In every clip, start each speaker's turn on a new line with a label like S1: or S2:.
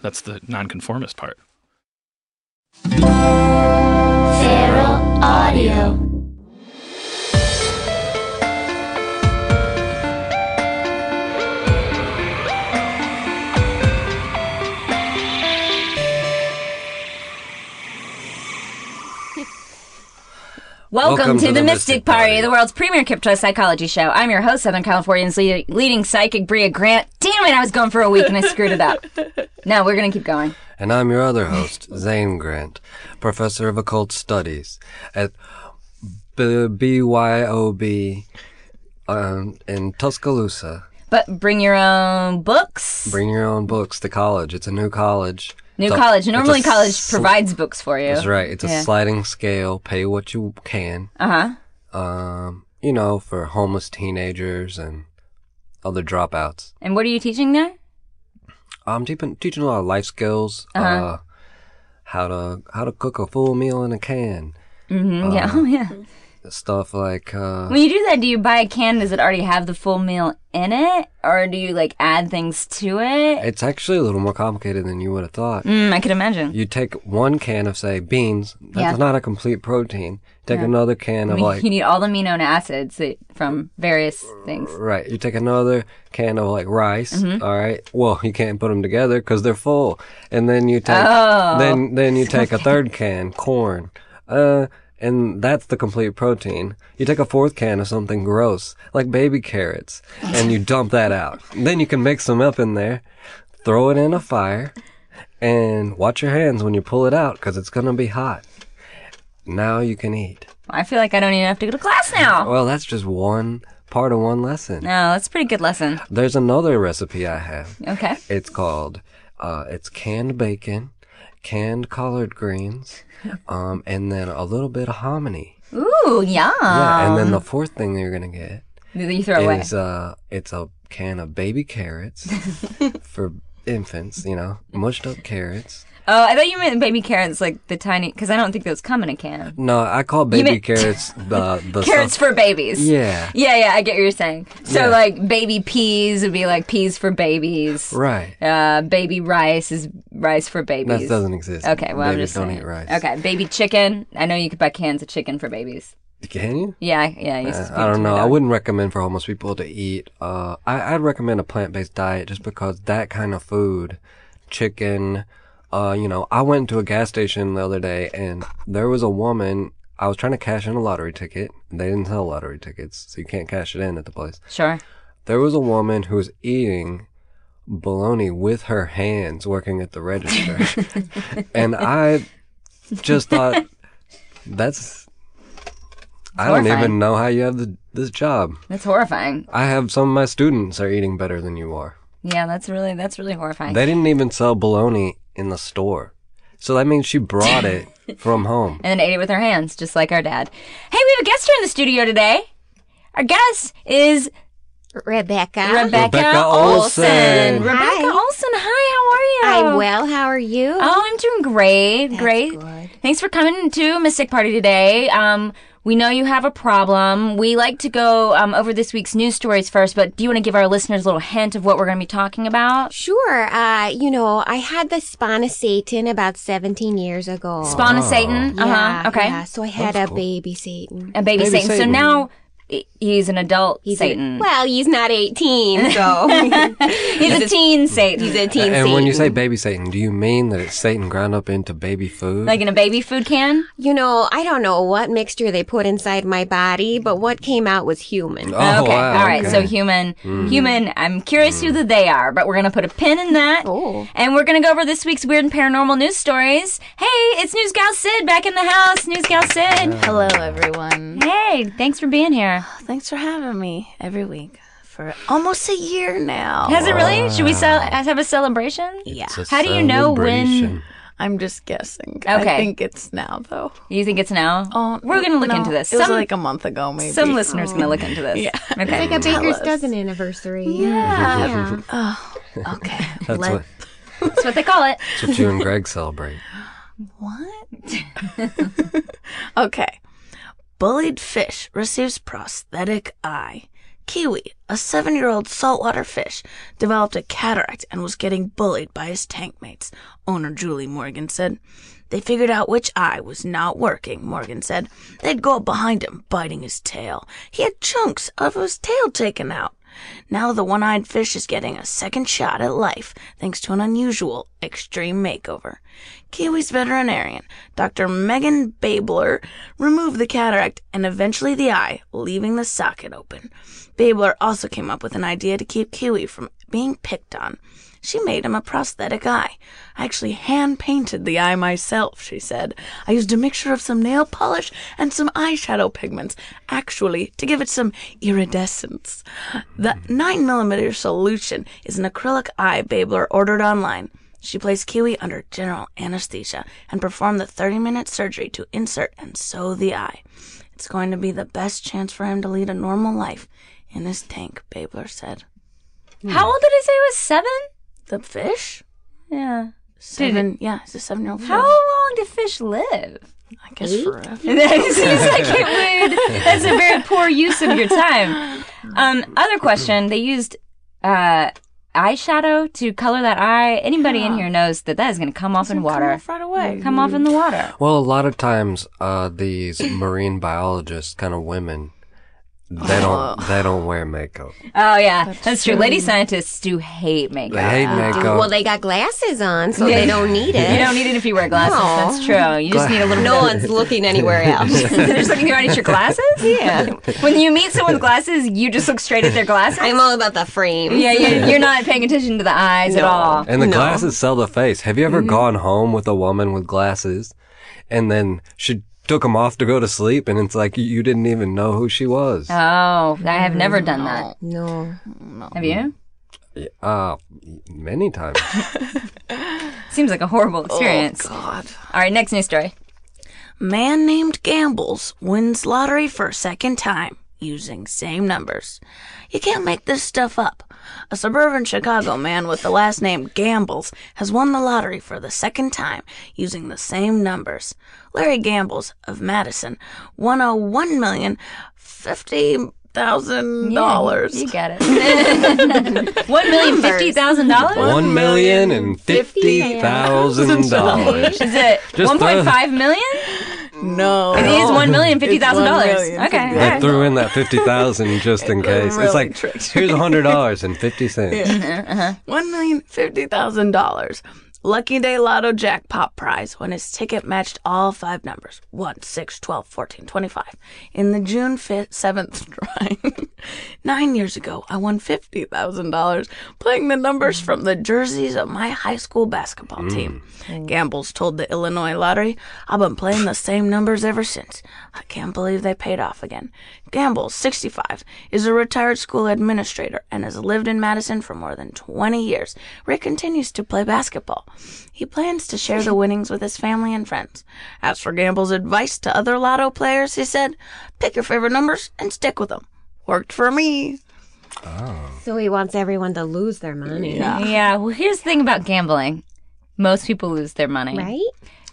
S1: That's the nonconformist part.
S2: Feral Audio.
S3: Welcome,
S4: Welcome
S3: to, the, Mystic Party, the world's premier crypto psychology show. I'm your host, Southern California's le- leading psychic, Bria Grant. Damn it, I was going for a week and I screwed it up. No, we're going to keep going.
S4: And I'm your other host, Zane Grant, professor of occult studies at B- BYOB um, in Tuscaloosa.
S3: But bring your own books.
S4: Bring your own books to college. It's a new college.
S3: New
S4: It's a-
S3: college.
S4: it's a
S3: Normally, college
S4: sl-
S3: provides books for you.
S4: That's right. It's a
S3: Yeah.
S4: sliding scale. Pay what you can.
S3: Uh huh.
S4: Um, you know, for homeless teenagers and other dropouts.
S3: And what are you teaching there?
S4: I'm teaching teaching a lot of life skills. uh
S3: Uh-huh.
S4: how to how to cook a full meal in a can. Uh,
S3: Mm-hmm. yeah. Oh, yeah.
S4: Stuff like uh,
S3: When you do that, do you buy a can? Does it already have the full meal in it? Or do you, like, add things to it?
S4: It's actually a little more complicated than you would have thought.
S3: Mm, I could imagine.
S4: You take one can of, say, beans. That's
S3: Yeah.
S4: not a complete protein. Take another can of, like,
S3: you need all the amino acids that- from various things.
S4: right. You take another can of, like, rice. all right. Well, you can't put them together because they're full. And then you take,
S3: Oh.
S4: then, then you take a third can, corn. Uh, and that's the complete protein. You take a fourth can of something gross, like baby carrots, and you dump that out. Then you can mix them up in there, throw it in a fire, and watch your hands when you pull it out because it's going to be hot. Now you can eat.
S3: I feel like I don't even have to go to class now.
S4: Well, that's just one part of one lesson.
S3: No, that's a pretty good lesson.
S4: There's another recipe I have.
S3: Okay.
S4: It's called, uh, it's canned bacon, canned collard greens, um, and then a little bit of hominy.
S3: Ooh, yum.
S4: Yeah, and then the fourth thing you're gonna get
S3: That you throw away.
S4: is uh, it's a can of baby carrots for infants. You know, mushed up carrots.
S3: Oh, I thought you meant baby carrots, like the tiny, because I don't think those come in a can.
S4: No, I call baby
S3: meant-
S4: carrots the the
S3: Carrots
S4: stuff-
S3: for babies.
S4: Yeah.
S3: Yeah, yeah, I get what you're saying. So,
S4: Yeah.
S3: like, baby peas would be like peas for babies.
S4: right.
S3: Uh, baby rice is rice for babies.
S4: That doesn't exist.
S3: Okay, well, I'm
S4: Babies
S3: just
S4: don't
S3: saying.
S4: eat rice.
S3: Okay, baby chicken. I know you could buy cans of chicken for babies.
S4: Can you?
S3: Yeah, I- yeah. I, used to
S4: Uh,
S3: speak
S4: I
S3: to
S4: don't
S3: my
S4: know. I
S3: dog.
S4: wouldn't recommend for homeless people to eat. Uh, I, I'd recommend a plant-based diet just because that kind of food, chicken. Uh, you know, I went to a gas station the other day and there was a woman. I was trying to cash in a lottery ticket. They didn't sell lottery tickets, so you can't cash it in at the place.
S3: Sure.
S4: There was a woman who was eating bologna with her hands working at the register, and I just thought that's. I don't
S3: Horrifying.
S4: even know how you have the, this job.
S3: That's horrifying.
S4: I have some of my students are eating better than you are.
S3: Yeah, that's really that's really horrifying.
S4: They didn't even sell bologna in the store. So that means she brought it from home.
S3: and then ate it with her hands, just like our dad. Hey, we have a guest here in the studio today. Our guest is
S5: Rebecca.
S3: Rebecca,
S4: Rebecca Olson.
S3: Olson. Rebecca
S5: Hi.
S3: Olson, hi, how are you?
S5: I'm well. How are you?
S3: Oh, I'm doing great, great.
S5: good.
S3: Thanks for coming to Mystic Party today. Um, we know you have a problem. We like to go um, over this week's news stories first, but do you want to give our listeners a little hint of what we're going to be talking about?
S5: Sure. Uh, you know, I had the spawn of Satan about 17 years ago.
S3: Spawn
S4: Oh.
S3: of Satan.
S5: Yeah,
S3: uh-huh. Okay.
S5: yeah. So I had a baby Satan.
S3: A baby,
S4: Baby
S3: Satan. So
S4: Satan.
S3: now i- he's an adult
S5: He's a-
S3: Satan.
S5: well, he's not 18, so
S3: he's, a teen Satan.
S5: he's a teen
S4: And
S5: Satan.
S4: when you say baby Satan, do you mean that it's Satan ground up into baby food?
S3: like in a baby food can.
S5: you know, I don't know what mixture they put inside my body, but what came out was human.
S4: oh,
S3: okay.
S4: wow.
S3: All right.
S4: okay. Hmm.
S3: So human, human. I'm curious who the they are, but we're gonna put a pin in that,
S5: Oh.
S3: and we're gonna go over this week's weird and paranormal news stories. Hey, it's News Gal Sid back in the house. News Gal Sid.
S6: Hello, everyone.
S3: Hey, thanks for being here.
S6: Thanks for having me every week. for almost a year now.
S3: Has it really? Should we cel- have a celebration?
S6: Yeah.
S4: It's a
S3: How do you know when-
S4: celebration.
S6: I'm just guessing.
S3: Okay.
S6: I think it's now though.
S3: You think it's now? We're gonna look
S6: Uh, no,
S3: into this.
S6: It was
S3: Some-
S6: like a month ago, maybe.
S3: Some listeners gonna look into this.
S6: Yeah.
S3: Okay.
S2: Like a baker's
S6: us.
S2: dozen anniversary.
S5: Oh,
S6: Yeah.
S2: Yeah.
S6: Oh, Okay.
S4: That's
S6: let-
S4: what,
S3: That's what they call it.
S4: that's what you and Greg celebrate.
S6: What? okay. Bullied fish receives prosthetic eye. Kiwi, a seven year old saltwater fish, developed a cataract and was getting bullied by his tank mates, owner Julie Morgan said. They figured out which eye was not working, Morgan said. They'd go up behind him, biting his tail. He had chunks of his tail taken out. Now the one eyed fish is getting a second shot at life thanks to an unusual extreme makeover. Kiwi's veterinarian, Dr. Megan Babler, removed the cataract and eventually the eye, leaving the socket open. Babler also came up with an idea to keep Kiwi from being picked on. She made him a prosthetic eye. I actually hand painted the eye myself, she said. I used a mixture of some nail polish and some eyeshadow pigments, actually, to give it some iridescence. The 9mm solution is an acrylic eye Babler ordered online. She placed Kiwi under general anesthesia and performed the 30 minute surgery to insert and sew the eye. It's going to be the best chance for him to lead a normal life in his tank, Babler said. Hmm.
S3: How old did I say it was? Seven?
S6: The fish?
S3: Yeah.
S6: Seven. yeah, it's a seven year old fish.
S3: How long do fish live?
S6: I guess forever.
S3: that seems like it would. That's a very poor use of your time. Um, other question: They used uh, eyeshadow to color that eye. Anybody in here knows that that is going to come off in
S6: Come
S3: water.
S6: off right away.
S3: Come off in the water.
S4: Well, a lot of times, uh, these marine biologists, kind of women, they don't they don't wear makeup.
S3: Oh yeah, that's, true. Lady scientists do hate
S4: They
S3: makeup.
S4: hate makeup.
S5: Well, they got glasses on, so they don't need it.
S3: You don't need it if you wear glasses.
S5: No.
S3: That's true. You just need a little.
S5: no
S3: bit of-
S5: one's looking anywhere else.
S3: They're just looking right at your glasses. Yeah. When you meet someone with glasses, you just look straight at their glasses.
S5: I'm all about the frame.
S3: yeah, yeah. You're not paying attention to the eyes at
S5: No.
S3: all.
S4: and the
S5: No.
S4: glasses sell the face. Have you ever gone home with a woman with glasses, and then she took them off to go to sleep, and it's like you- you didn't even know who she was?
S3: Oh, I have never done that.
S5: No.
S3: Have you?
S4: Uh, many times.
S3: Seems like a horrible experience.
S6: Oh, God.
S3: All right, next news story.
S6: Man named Gambles wins lottery for a second time using same numbers. You can't make this stuff up. A suburban Chicago man with the last name Gambles has won the lottery for the second time using the same numbers. Larry Gambles of Madison won a one million fifty thousand dollars.
S3: You got it. One million fifty thousand dollars.
S4: One million and fifty thousand dollars.
S3: Is it
S4: Just
S3: one point five million?
S6: No,
S3: It is one million fifty thousand dollars.
S6: It's one million fifty
S3: Okay.
S4: They threw in that fifty thousand just in case.
S6: really
S4: it's like
S6: tricked
S4: here's a hundred dollars and fifty cents.
S6: one million fifty thousand dollars. Lucky Day Lotto jackpot prize when his ticket matched all five numbers 1, 6, 12, 14, 25 in the June 5th, 7th drawing. Nine years ago, I won $50,000 playing the numbers from the jerseys of my high school basketball team. Gambles told the Illinois Lottery, I've been playing the same numbers ever since. I can't believe they paid off again. Gamble, 65, is a retired school administrator and has lived in Madison for more than 20 years, where he continues to play basketball. He plans to share the winnings with his family and friends. As for Gamble's advice to other lotto players, he said, pick your favorite numbers and stick with them. Worked for me.
S5: So he wants everyone to lose their money.
S3: Yeah. Well, here's the thing about gambling. Most people lose their money,
S5: Right?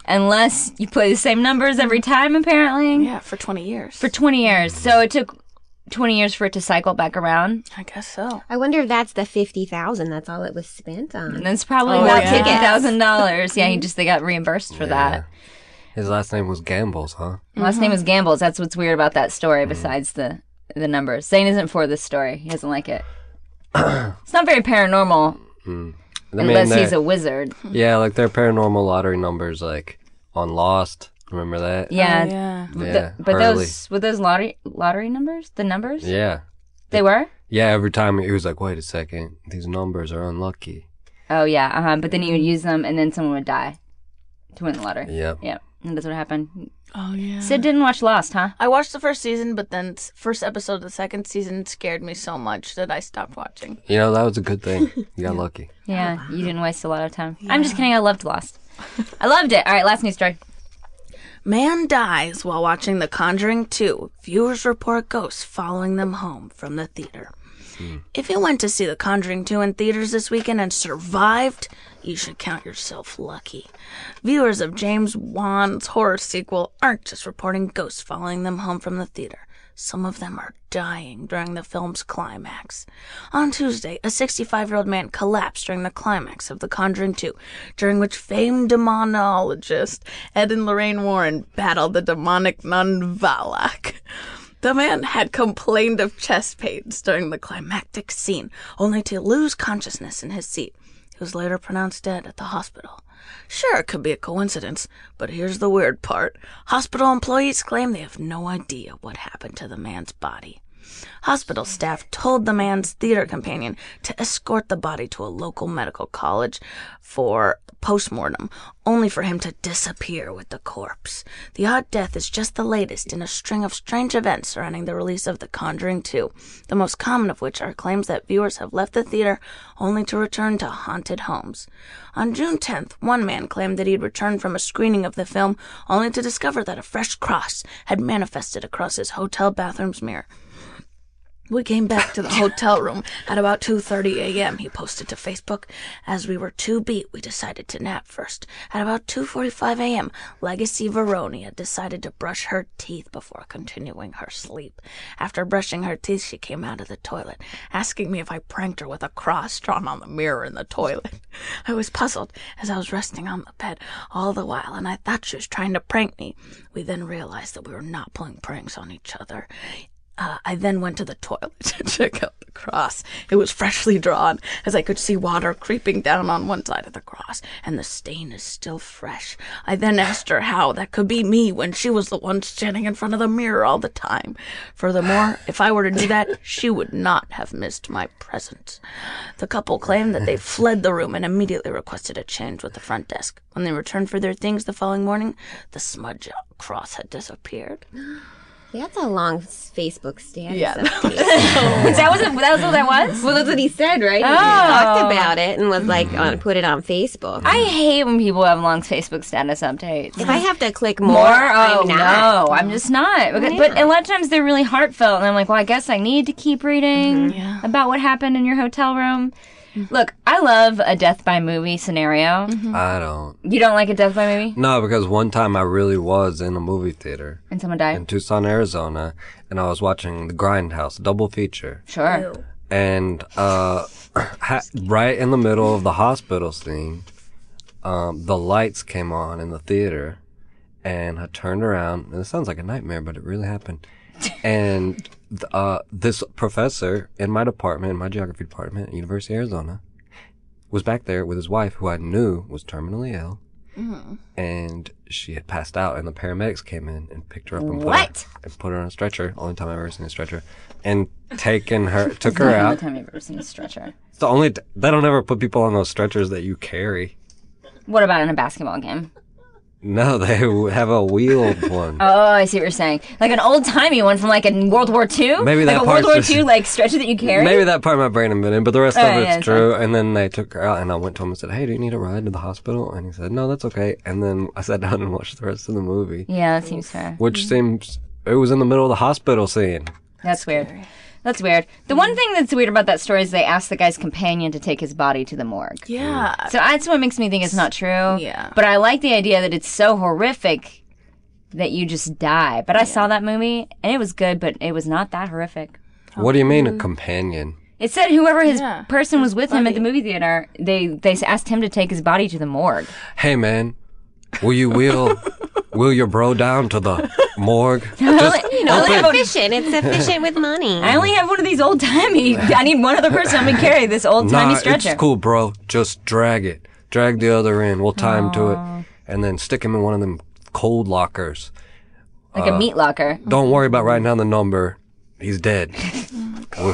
S3: Unless you play the same numbers every time, apparently,
S6: Yeah, for 20 years.
S3: for 20 years. So it took 20 years for it to cycle back around.
S6: I guess so.
S5: I wonder if that's the 50000 That's all it was spent on.
S3: And that's probably
S6: Oh,
S3: about
S6: yeah.
S3: fifty thousand dollars. Yeah, he just they got reimbursed for that.
S4: His last name was Gambles, huh?
S3: Last
S4: Mm-hmm.
S3: name is Gambles. That's what's weird about that story. Besides the the numbers, Zane isn't for this story. He doesn't like it. it's not very paranormal
S4: I mean,
S3: unless
S4: they're-
S3: he's a wizard.
S4: yeah, like their paranormal lottery numbers, like on Lost. Remember that?
S3: Yeah,
S6: yeah.
S3: th-
S4: Yeah,
S3: but
S4: Hurley.
S3: those were those lottery lottery numbers. The numbers
S4: Yeah,
S3: they were.
S4: yeah. Every time he was like, "Wait a second, these numbers are unlucky."
S3: Oh yeah, uh-huh. but then he would use them, and then someone would die to win the lottery.
S4: Yep.
S3: Yep. And that's what happened.
S6: Oh yeah.
S3: Sid didn't watch Lost, huh?
S6: I watched the first season, but then s- first episode of the second season scared me so much that I stopped watching.
S4: You know, that was a good thing. You got lucky.
S3: Yeah, you didn't waste a lot of time. I'm just kidding. I loved Lost. I loved it. All right, last news story.
S6: Man dies while watching The Conjuring 2. Viewers report ghosts following them home from the theater. If you went to see The Conjuring 2 in theaters this weekend and survived, you should count yourself lucky. Viewers of James Wan's horror sequel aren't just reporting ghosts following them home from the theater. Some of them are dying during the film's climax. On Tuesday, a 65 year old man collapsed during the climax of The Conjuring 2, during which famed demonologist Ed and Lorraine Warren battled the demonic nun Valak. The man had complained of chest pains during the climactic scene, only to lose consciousness in his seat. He was later pronounced dead at the hospital. Sure, it could be a coincidence, but here's the weird part. Hospital employees claim they have no idea what happened to the man's body. Hospital staff told the man's theater companion to escort the body to a local medical college for postmortem, only for him to disappear with the corpse. The odd death is just the latest in a string of strange events surrounding the release of The Conjuring 2, the most common of which are claims that viewers have left the theater only to return to haunted homes. On June 10th, one man claimed that he'd returned from a screening of the film only to discover that a fresh cross had manifested across his hotel bathroom's mirror. We came back to the hotel room at about 2:30 a.m. he posted to Facebook. As we were too beat, we decided to nap first. At about 2:45 a.m., Legacy Veronia decided to brush her teeth before continuing her sleep. After brushing her teeth, she came out of the toilet, asking me if I pranked her with a cross drawn on the mirror in the toilet. I was puzzled as I was resting on the bed all the while, and I thought she was trying to prank me. We then realized that we were not playing pranks on each other. Uh, I then went to the toilet to check out the cross. It was freshly drawn, as I could see water creeping down on one side of the cross, and the stain is still fresh. I then asked her how that could be me when she was the one standing in front of the mirror all the time. Furthermore, if I were to do that, she would not have missed my presence. The couple claimed that they fled the room and immediately requested a change with the front desk. When they returned for their things the following morning, the smudge cross had disappeared.
S5: That's a long s- Facebook status.
S6: Yeah.
S3: That was that was what that was.
S5: Well, that's what he said, right? He talked about it and was like, on, put it on Facebook.
S3: Oh. I hate when people have long Facebook status updates.
S5: if I have to click more,
S3: More? Oh
S5: I'm not.
S3: no, I'm just not. Because, But a lot of times they're really heartfelt, and I'm like, well, I guess I need to keep reading
S5: Mm-hmm.
S3: about what happened in your hotel room. Look, I love a death by movie scenario.
S5: Mm-hmm.
S4: I don't.
S3: You don't like a death by movie,
S4: No, because one time I really was in a movie theater
S3: and someone died.
S4: in Tucson, Arizona, and I was watching The Grindhouse double feature.
S3: Sure.
S4: and uh, ha- right in the middle of the hospital scene, um, the lights came on in the theater, and I turned around. And it sounds like a nightmare, but it really happened. And th- uh, this professor in my department, in my geography department at University of Arizona, was back there with his wife, who I knew was terminally ill. And she had passed out, and the paramedics came in and picked her up and put
S3: What?
S4: her and put her on a stretcher. Only time I've ever seen a stretcher, and taken her, took her
S3: Not
S4: out,
S3: the time you've ever seen a stretcher.
S4: it's the only t- they don't ever put people on those stretchers that you carry.
S3: What about in a basketball game?
S4: No, they w- have a wheeled one.
S3: Oh, I see what you're saying. Like an old timey one from like in World War II.
S4: Maybe
S3: like
S4: that
S3: a World
S4: part's
S3: War
S4: just-
S3: II like stretcher that you carry.
S4: Maybe that part of my brain invented, but the rest
S3: Oh,
S4: of it's
S3: yeah, it's
S4: true. And then they took her out, and I went to him and said, "Hey, do you need a ride to the hospital?" And he said, "No, that's okay." And then I sat down and watched the rest of the movie,
S3: Yeah, Mm-hmm. that seems fair.
S4: which seems it was in the middle of the hospital scene.
S3: That's weird. That's weird. The
S6: Mm.
S3: one thing that's weird about that story is they asked the guy's companion to take his body to the morgue.
S6: Yeah.
S3: So that's what makes me think it's not true.
S6: Yeah.
S3: But I like the idea that it's so horrific that you just die. But I saw that movie and it was good, but it was not that horrific.
S4: What do you mean
S3: mm-hmm.
S4: a companion?
S3: It said whoever his
S6: Yeah,
S3: person was with him at the movie theater, they they asked him to take his body to the morgue.
S4: Hey, man, will you wheel will your bro down to the morgue? Just
S5: No,
S3: Open.
S5: it's efficient. It's efficient with money.
S3: I only have one of these old timey. I need one other person I'm gonna carry this old timey
S4: Nah,
S3: stretcher.
S4: it's cool, bro. Just drag it. Drag the other end. We'll tie him to it, and then stick him in one of them cold lockers.
S3: Like
S4: Uh,
S3: a meat locker.
S4: Don't worry about writing
S3: Oh
S4: down the number. He's dead. We,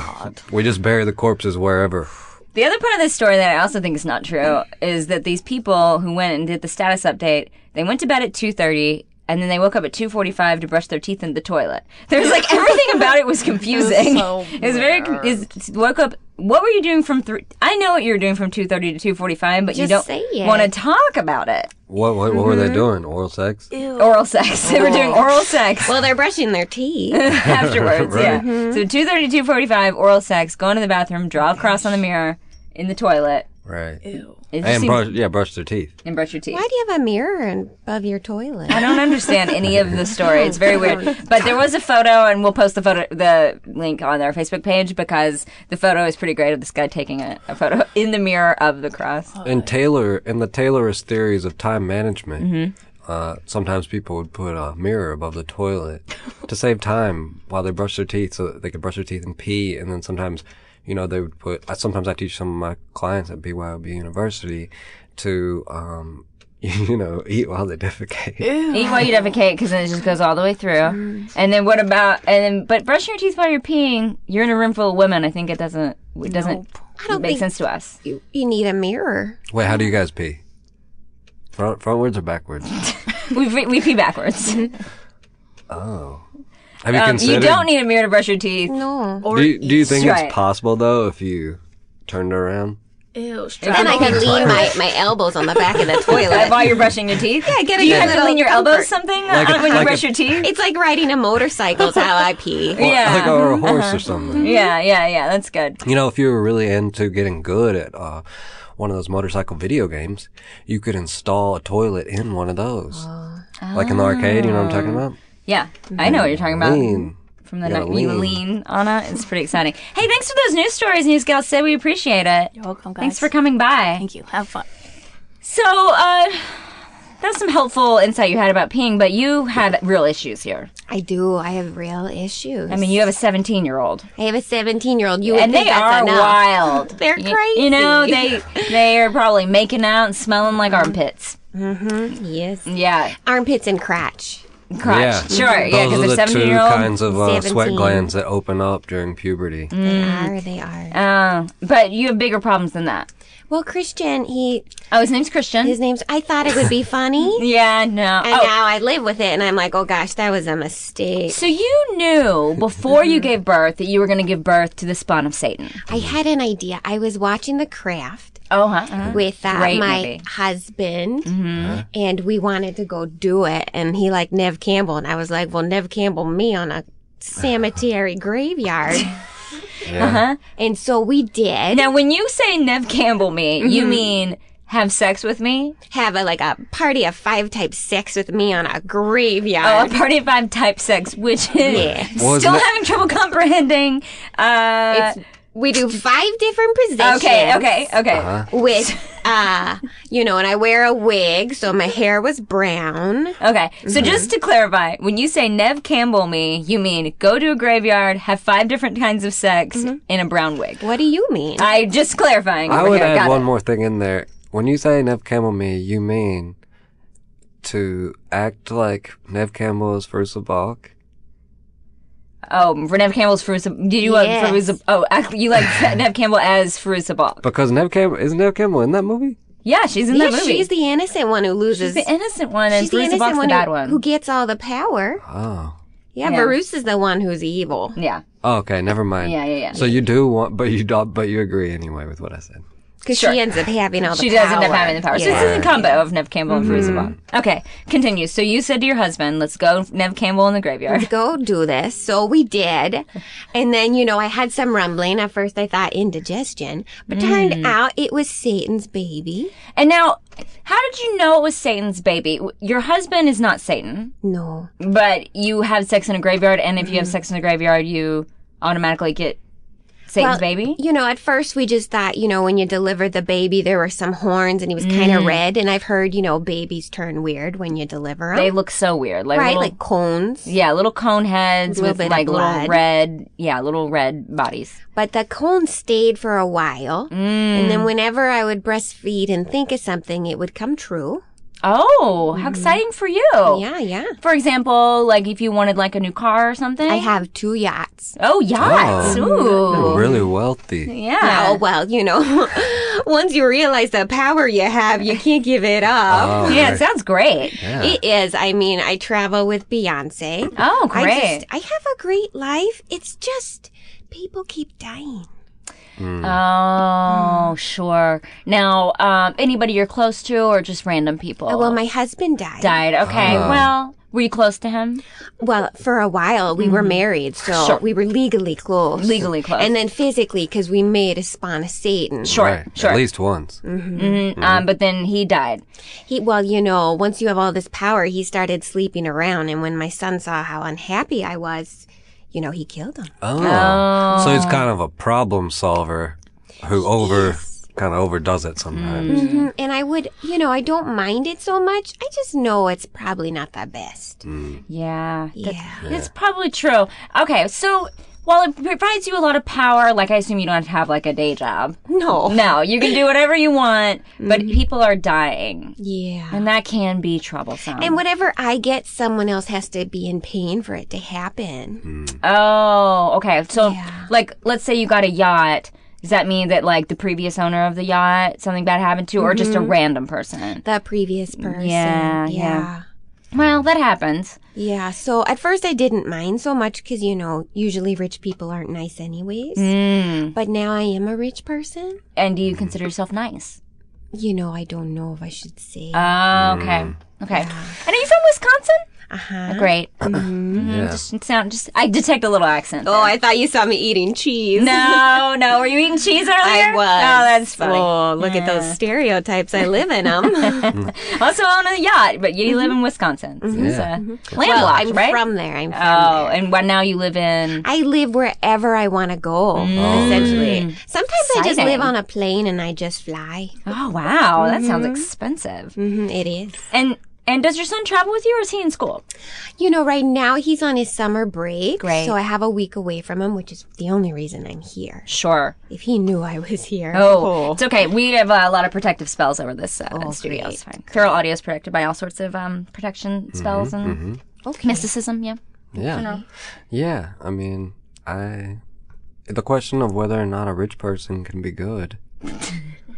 S4: we just bury the corpses wherever.
S3: The other part of this story that I also think is not true is that these people who went and did the status update, they went to bed at 2:30 and then they woke up at 2:45 to brush their teeth in the toilet. There was like everything about it was confusing.
S7: so
S3: it was very con- is woke up what were you doing from 3 I know what you were doing from 2:30 to 2:45, but you
S5: Just say
S3: don't
S5: it.
S3: want to talk about it.
S4: What, what, what were they
S3: Mm-hmm.
S4: doing? Oral sex?
S3: Oral sex. They were doing oral sex.
S5: Well, they're brushing their teeth.
S3: afterwards. Yeah. So 2:30 2:45 oral sex, going to the bathroom, draw a cross on the mirror in the toilet.
S4: Right.
S3: It just
S4: And
S3: seems-
S4: brush, yeah, brush their teeth.
S3: and brush your teeth.
S5: Why do you have a mirror above your toilet?
S3: I don't understand any of the story. It's very weird. But there was a photo, and we'll post the photo, the link on our Facebook page because the photo is pretty great of this guy taking a, a photo in the mirror of the cross.
S4: And Taylor and the Taylorist theories of time management.
S3: Mm-hmm.
S4: Uh, sometimes people would put a mirror above the toilet to save time while they brush their teeth, so that they could brush their teeth and pee. And then sometimes, you know, they would put. I, sometimes I teach some of my clients at BYOB University to, um, you know, eat while they defecate.
S3: Eat while you defecate because then it just goes all the way through. And then what about? And then, but brushing your teeth while you're peeing, you're in a room full of women. I think it doesn't. It doesn't.
S5: I don't
S3: make
S5: think
S3: sense to us.
S5: you, you need a mirror.
S4: Wait, how do you guys pee? Front, frontwards or backwards?
S3: We, we pee backwards.
S4: Oh, have you
S3: Um, you
S4: considered?
S3: don't need a mirror to brush your teeth.
S5: No.
S4: do, you, do you think
S3: Right.
S4: it's possible though if you turned around?
S6: Ew, strap
S5: Then I can lean my, my elbows on the back of the
S3: Like,
S5: toilet.
S3: while you're brushing your teeth. Yeah,
S5: get a
S3: Do you
S5: good
S3: have to
S5: little
S3: lean your
S5: comfort.
S3: elbows something
S4: Like a-
S3: on when you
S4: like a-
S3: brush your teeth?
S5: It's like riding a motorcycle is how I pee.
S4: Or-
S3: Yeah. Mm-hmm. Uh-huh.
S4: like or a horse or something.
S3: Yeah, yeah, yeah. That's good.
S4: You know, if you were really into getting good at uh, one of those motorcycle video games, you could install a toilet in one of those.
S3: Uh,
S4: Like in the arcade, you know what I'm talking about?
S3: Yeah, I know what you're talking about.
S4: Lean.
S3: From the
S4: You
S3: night
S4: gotta
S3: you
S4: lean.
S3: lean on it, it's pretty exciting. Hey, thanks for those news stories, News Gal said. We appreciate it.
S6: You're welcome, guys.
S3: Thanks for coming by.
S6: Thank you. Have fun.
S3: So, uh, that's some helpful insight you had about peeing, but you had real issues here.
S5: I do. I have real issues.
S3: I mean, you have a 17 year old,
S5: I have a 17 year old. You would
S3: and
S5: think
S3: they are
S5: that's enough.
S3: wild.
S5: They're
S3: Y-
S5: crazy.
S3: You know, they they are probably making out and smelling like armpits.
S5: yes.
S3: Yeah,
S5: Armpits and crotch.
S3: crotch.
S4: Yeah.
S3: Sure. Yeah,
S4: Those
S3: because
S4: are
S3: they're
S4: the
S3: 17
S4: two
S3: year old.
S4: kinds of uh, sweat
S5: 17.
S4: glands that open up during puberty.
S3: Mm,
S5: They are. They are.
S3: Uh, but you have bigger problems than that.
S5: Well, Christian, he
S3: Oh, his name's Christian.
S5: his name's. I thought it would be funny,
S3: yeah, no.
S5: and
S3: Oh,
S5: now I live with it, and I'm like, oh gosh, that was a mistake.
S3: So you knew before you gave birth that you were going to give birth to the spawn of Satan.
S5: I had an idea. I was watching The Craft.
S3: Oh, huh. uh-huh.
S5: with uh,
S3: Great
S5: my
S3: movie.
S5: husband
S3: Mm-hmm. Uh-huh.
S5: and we wanted to go do it and he liked nev campbell and i was like well nev campbell me on a cemetery graveyard
S4: Yeah.
S3: Uh-huh.
S5: and so we did
S3: Now, when you say Nev Campbell me, you mean have sex with me?
S5: have a like a party of five type sex with me on a
S3: Oh, a
S5: graveyard
S3: party of five type sex, which is
S5: Yeah.
S3: still
S4: Wasn't it-
S3: having trouble comprehending. Uh,
S5: It's- we do five different positions
S3: okay, okay, okay.
S4: Uh-huh.
S5: with uh you know and i wear a wig so my hair was brown
S3: Okay, so just to clarify, when you say Nev Campbell me, you mean go to a graveyard, have five different kinds of sex in a brown wig.
S5: what do you mean
S3: I just clarifying.
S4: I
S3: over
S4: would
S3: here.
S4: add
S3: Got
S4: one
S3: it.
S4: more thing in there. When you say Nev Campbell me, you mean to act like Nev Campbell is Frusa Balk?
S3: Oh, for Nev Campbell's Farusa. Did you like
S5: Yes.
S3: Farusa? Oh, actually, you like Nev Campbell as Farusa Balk?
S4: Because Nev Campbell is Nev Campbell in that movie?
S3: Yeah, she's in
S5: yeah,
S3: that movie.
S5: she's the innocent one who
S3: She's
S5: loses
S3: the innocent one, and
S5: She's the
S3: Farusa
S5: innocent
S3: Balk's the
S5: one,
S3: bad
S5: who,
S3: one.
S5: who gets all the power
S4: Oh.
S5: Yeah,
S3: Yeah.
S5: Varus is the one who's evil.
S3: yeah,
S4: Oh, okay, never mind.
S3: Yeah, yeah, yeah.
S4: So you do want, but you don't, but you agree anyway with what I said.
S5: Because
S3: Sure.
S5: she ends up having all the
S3: she
S5: power.
S3: does end up having the power. So
S5: Yeah. Mm-hmm.
S3: this is a combo of Nev Campbell and Farusa Balk. Okay, continue. So you said to your husband, "Let's go Nev Campbell in the graveyard."
S5: Go do this. So we did. And then, you know, I had some rumbling. At first, I thought indigestion, but
S3: Mm.
S5: turned out it was Satan's baby.
S3: And now, how did you know it was Satan's baby? W- Your husband is not Satan,
S5: No.
S3: but you have sex in a graveyard, and if you
S5: Mm-hmm.
S3: have sex in a graveyard, you automatically get Satan's
S5: Well,
S3: baby.
S5: You know, at first, we just thought, you know, when you delivered the baby, there were some horns and he was kind
S3: Mm.
S5: of red. And I've heard, you know, babies turn weird when you deliver them.
S3: They look so weird, like
S5: right?
S3: little-
S5: like cones.
S3: Yeah, little cone heads
S5: Little
S3: with
S5: bit of
S3: like little
S5: blood.
S3: red, yeah, little red bodies.
S5: But the cone stayed for
S3: Mm.
S5: a while. And then whenever I would breastfeed and think of something, it would come true.
S3: Oh, how exciting for you.
S5: Mm-hmm. Yeah, yeah.
S3: For example, like if you wanted like a new car or something.
S5: I have two yachts.
S3: Oh, yachts. Ooh.
S4: Really wealthy.
S3: Oh, Yeah.
S5: Oh well, you know, once you realize the power you have, you can't give it up.
S3: yeah, it sounds great.
S5: It is. I mean, I travel with Beyonce.
S3: Oh, great.
S5: I just, I have a great life. It's just people keep dying.
S4: Mm.
S5: Mm.
S3: Oh, sure. Now, um, anybody you're close to or just random people?
S5: Oh, well, my husband died.
S3: died. Okay.
S4: Uh.
S3: Well, were you close to him?
S5: Well, for a while we were married, so
S3: Mm-hmm. Sure.
S5: we were legally close.
S3: Legally close.
S5: And then physically, because we made a spawn of Satan.
S3: Sure.
S4: Right.
S3: Sure.
S4: At least mm. once.
S3: Mhm. Um, but then he died.
S5: He, well, you know, once you have all this power, he started sleeping around. And when my son saw how unhappy I was, you know, he killed him.
S4: Oh. So he's kind of a problem solver who over kind of overdoes it sometimes.
S5: Mm, And I would, you know, I don't mind it so much. I just know it's probably not the best.
S3: Yeah. That-
S5: Yeah.
S3: That's probably true. Okay. So while it provides you a lot of power, like I assume you don't have to have like a day job.
S5: No.
S3: No, you can do whatever you want, but
S5: Mm-hmm.
S3: people are dying.
S5: Yeah.
S3: And that can be troublesome.
S5: And whatever I get, someone else has to be in pain for it to happen.
S3: oh, okay. So,
S5: Yeah.
S3: like, let's say you got a yacht. Does that mean that, like, the previous owner of the yacht, something bad happened to, or just a
S5: Mm-hmm.
S3: random person?
S5: The previous person.
S3: Yeah, yeah.
S5: Mm. Yeah.
S3: Well, that happens.
S5: Yeah, So at first I didn't mind so much because, you know, usually rich people aren't nice anyways.
S3: Mm.
S5: But now I am a rich person.
S3: And do you consider yourself nice?
S5: You know, I don't know if I should say.
S3: Oh,
S5: Mm.
S3: okay. Okay. And are you from Wisconsin?
S5: Uh huh.
S3: Oh, Great.
S4: Yeah.
S3: It sound Mm-hmm. just I detect a little accent.
S5: Oh, I thought you saw me eating cheese.
S3: no, no. Were you eating cheese earlier?
S5: I was.
S3: Oh, that's funny.
S5: Oh, look at those stereotypes. I live in them.
S3: Also own a yacht, but you live
S5: Mm-hmm.
S3: in Wisconsin. It's, uh, landlocked,
S5: I'm
S3: right?
S5: from there. I'm from
S3: oh,
S5: there.
S3: and what now you live in?
S5: I live wherever I want to go,
S4: Oh,
S5: essentially. Sometimes I just
S3: Exciting.
S5: live on a plane and I just fly.
S3: Oh wow, that sounds
S5: Mm-hmm.
S3: expensive.
S5: hmm it is.
S3: And and does your son travel with you, or is he in school?
S5: You know, right now he's on his summer break.
S3: Great.
S5: So I have a week away from him, which is the only reason I'm here.
S3: Sure.
S5: If he knew I was here.
S3: Oh, it's okay. We have uh, a lot of protective spells over this uh, studio.
S5: Oh, great.
S3: It's fine. Feral audio is protected by all sorts of um, protection spells and
S5: Okay.
S3: mysticism. Yeah.
S4: Yeah. Yeah. I mean, I. The question of whether or not a rich person can be good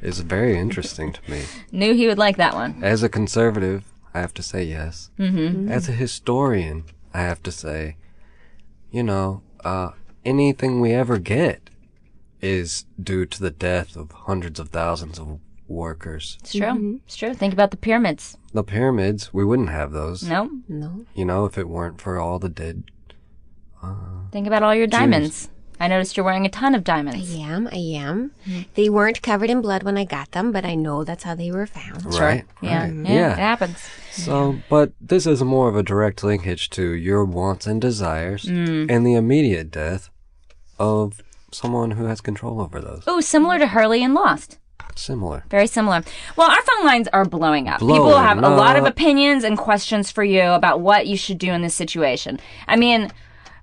S4: is very interesting to me.
S3: Knew he would like that one.
S4: As a conservative, I have to say yes. Mm-hmm. As a historian, I have to say, you know, uh, anything we ever get is due to the death of hundreds of thousands of workers.
S3: It's true.
S5: Mm-hmm.
S3: It's true. Think about the pyramids.
S4: The pyramids, we wouldn't have those,
S3: No.
S5: No.
S4: you know, if it weren't for all the dead.
S3: Think about all your diamonds. I noticed you're wearing a ton of
S5: I
S3: diamonds.
S5: am. I am.
S3: Mm-hmm.
S5: They weren't covered in blood when I got them, but I know that's how they were found.
S4: Right?
S3: Yeah.
S4: right.
S3: yeah. It happens.
S4: So, but this is more of a direct linkage to your wants and desires and the immediate death of someone who has control over those.
S3: Ooh, similar to Hurley and Lost.
S4: Similar.
S3: Very similar. Well, our phone lines are blowing up. People
S4: Blowing
S3: have a lot of
S4: up.
S3: opinions and questions for you about what you should do in this situation. I mean,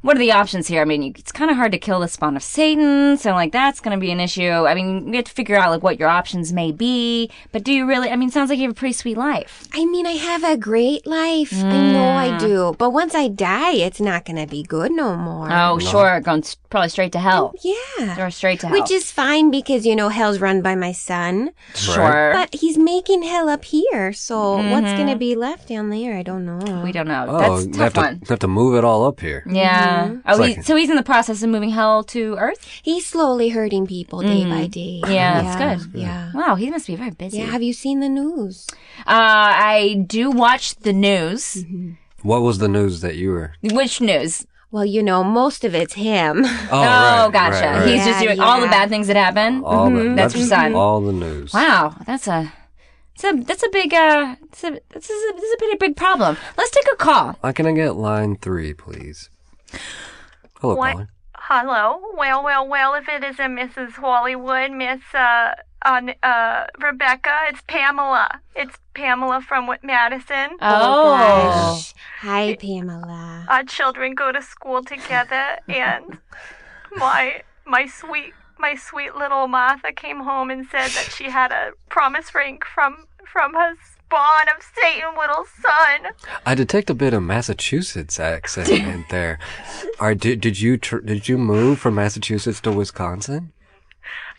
S3: what are the options here? I mean, you, it's kind of hard to kill the spawn of Satan, so like that's going to be an issue. I mean, you have to figure out like what your options may be. But do you really? I mean, it sounds like you have a pretty sweet life.
S5: I mean, I have a great life. I know I
S3: Mm.
S5: do. But once I die, it's not going to be good no more.
S3: Oh, sure, going s- probably straight to hell.
S5: Yeah.
S3: Or straight to hell.
S5: Which is fine because, you know, hell's run by my son.
S3: sure. Mm-hmm.
S5: But he's making hell up here. So what's going to be left down there? I don't know.
S3: we don't know.
S4: Oh,
S3: That's a
S4: you
S3: tough
S4: have to,
S3: one.
S4: you have to move it all up here.
S3: Yeah. Oh,
S4: It's
S3: he-
S4: like-
S3: so he's in the process of moving hell to earth.
S5: He's slowly hurting people day by day.
S3: Mm-hmm. Yeah, that's good.
S5: Yeah.
S3: Wow, he must be very busy.
S5: Yeah. Have you seen the news?
S3: Uh, I do watch the news.
S5: Mm-hmm.
S4: What was the news that you were?
S3: Which news?
S5: Well, you know, most of it's him.
S4: Oh,
S3: Oh,
S4: right, right,
S3: gotcha.
S4: right.
S3: He's just
S5: Yeah,
S3: doing all the
S5: yeah.
S3: bad things that happen. Mm-hmm.
S4: all the,
S3: That's your son.
S4: All the news.
S3: Wow, that's a. It's a, that's a big uh, it's a, this is a, this is a pretty big problem. Let's take a call.
S4: Uh, can I get line three, please? Hello, caller.
S7: Hello. Well, well, well. If it isn't Mrs. Hollywood, Miss uh, on uh, Rebecca, it's Pamela. It's Pamela from Wit- Madison.
S3: Uh. Oh,
S5: gosh. Hi, Pamela.
S7: Our children go to school together, and my my sweet my sweet little Martha came home and said that she had a promise ring from from his spawn of Satan, little son.
S4: I detect a bit of Massachusetts accent in there. Are did, did you tr- did you move from Massachusetts to Wisconsin?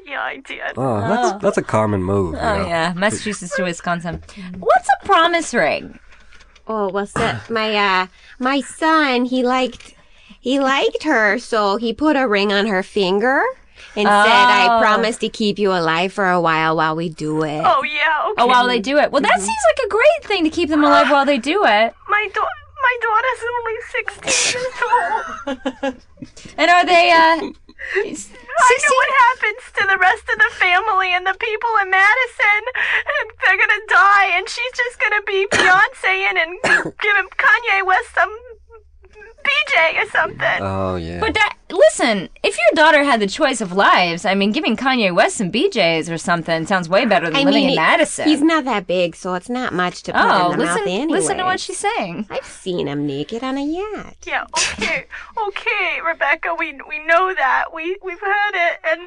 S7: Yeah, I did.
S4: Oh, that's that's a common move. you
S3: Oh
S4: know.
S3: yeah, Massachusetts to Wisconsin.
S5: Mm-hmm.
S3: What's a promise ring?
S5: Oh well, so my uh, my son he liked he liked her, so he put a ring on her finger and said,
S3: Oh.
S5: "I promise to keep you alive for a while while we do it."
S7: Oh yeah, okay.
S3: Oh, while they
S5: Mm-hmm.
S3: do it. Well, that seems like a great thing to keep them alive while they do it.
S7: My da- my daughter's only sixteen years old.
S3: And are they? uh
S7: I know what happens to the rest of the family and the people in Madison. And they're gonna die, and she's just gonna be Beyonce in and give him Kanye West some BJ or something.
S4: Oh yeah.
S3: But that, listen, if your daughter had the choice of lives, I mean, giving Kanye West some BJ's or something sounds way better than
S5: I
S3: living
S5: mean,
S3: in
S5: he-
S3: Madison.
S5: He's not that big, so it's not much to put in
S3: oh,
S5: the
S3: listen,
S5: mouth anyway.
S3: listen to what she's saying.
S5: I've seen him naked on a yacht.
S7: Yeah, okay, okay, Rebecca, we we know that. We we've heard it and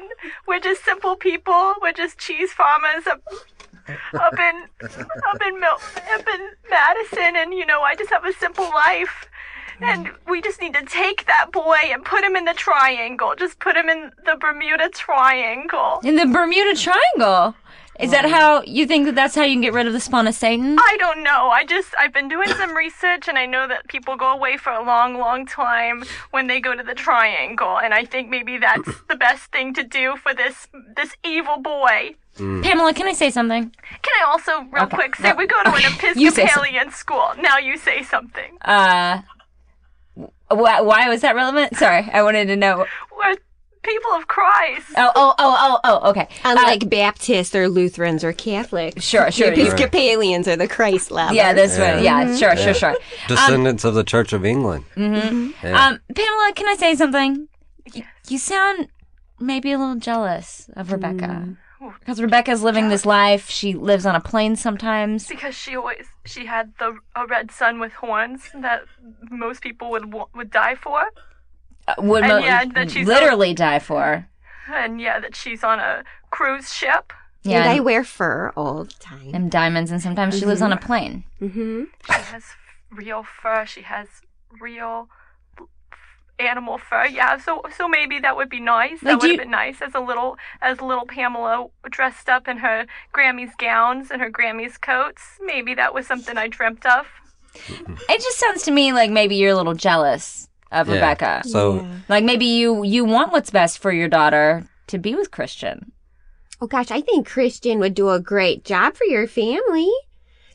S7: we're just simple people. We're just cheese farmers up up in up in Mil- up in Madison and you know, I just have a simple life. And we just need to take that boy and put him in the triangle. Just put him in the Bermuda Triangle.
S3: In the Bermuda Triangle. Is that how you think that that's how you can get rid of the spawn of Satan?
S7: I don't know. I just I've been doing some research and I know that people go away for a long, long time when they go to the triangle and I think maybe that's the best thing to do for this this evil boy.
S3: Pamela, can I say something?
S7: Can I also real
S3: Okay.
S7: quick say
S3: No.
S7: we go to an
S3: You say so-
S7: Episcopalian school. Now you say something.
S3: Uh, why, why was that relevant? Sorry, I wanted to know.
S7: We're people of Christ.
S3: Oh, oh, oh, oh, oh. Okay. Uh,
S5: Unlike Baptists or Lutherans or Catholics,
S3: sure, sure.
S5: the Episcopalians are the Christ level.
S3: Yeah, this one. Yeah, sure, sure, sure.
S4: Descendants of the Church of England.
S3: Mm, Um, Pamela, can I say something? You, you sound maybe a little jealous of
S5: Mm.
S3: Rebecca. Because Rebecca's living this life. She lives on a plane sometimes.
S7: Because she always she had the a red sun with horns that most people would wa- would die for.
S3: Uh, Would
S7: And
S3: mo-
S7: yeah, that she's
S3: literally die for.
S7: And yeah, that she's on a cruise ship.
S3: Yeah,
S5: And I
S3: and,
S5: wear fur all the time.
S3: and diamonds, and sometimes she lives on
S5: Mm-hmm.
S3: a plane.
S7: She has real fur. She has real f- animal fur. Yeah, so so maybe that would be nice.
S3: Like,
S7: that
S3: do
S7: would
S3: you-
S7: have been nice as a little as little Pamela dressed up in her Grammy's gowns and her Grammy's coats. Maybe that was something I dreamt of.
S3: It just sounds to me like maybe you're a little jealous of
S4: Yeah.
S3: Rebecca.
S4: So
S3: Like maybe you you want what's best for your daughter to be with Christian.
S5: Oh gosh, I think Christian would do a great job for your family.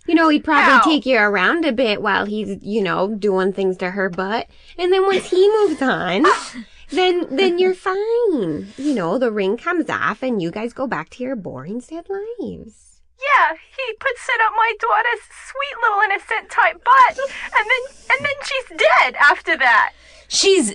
S5: You know, he'd probably
S7: How?
S5: take you around a bit while he's, you know, doing things to her butt. And then once he moves on,
S3: Ah.
S5: then then you're fine. You know, the ring comes off and you guys go back to your boring sad lives.
S7: Yeah, he puts it up my daughter's sweet little innocent type butt, and then and then she's dead after that.
S3: She's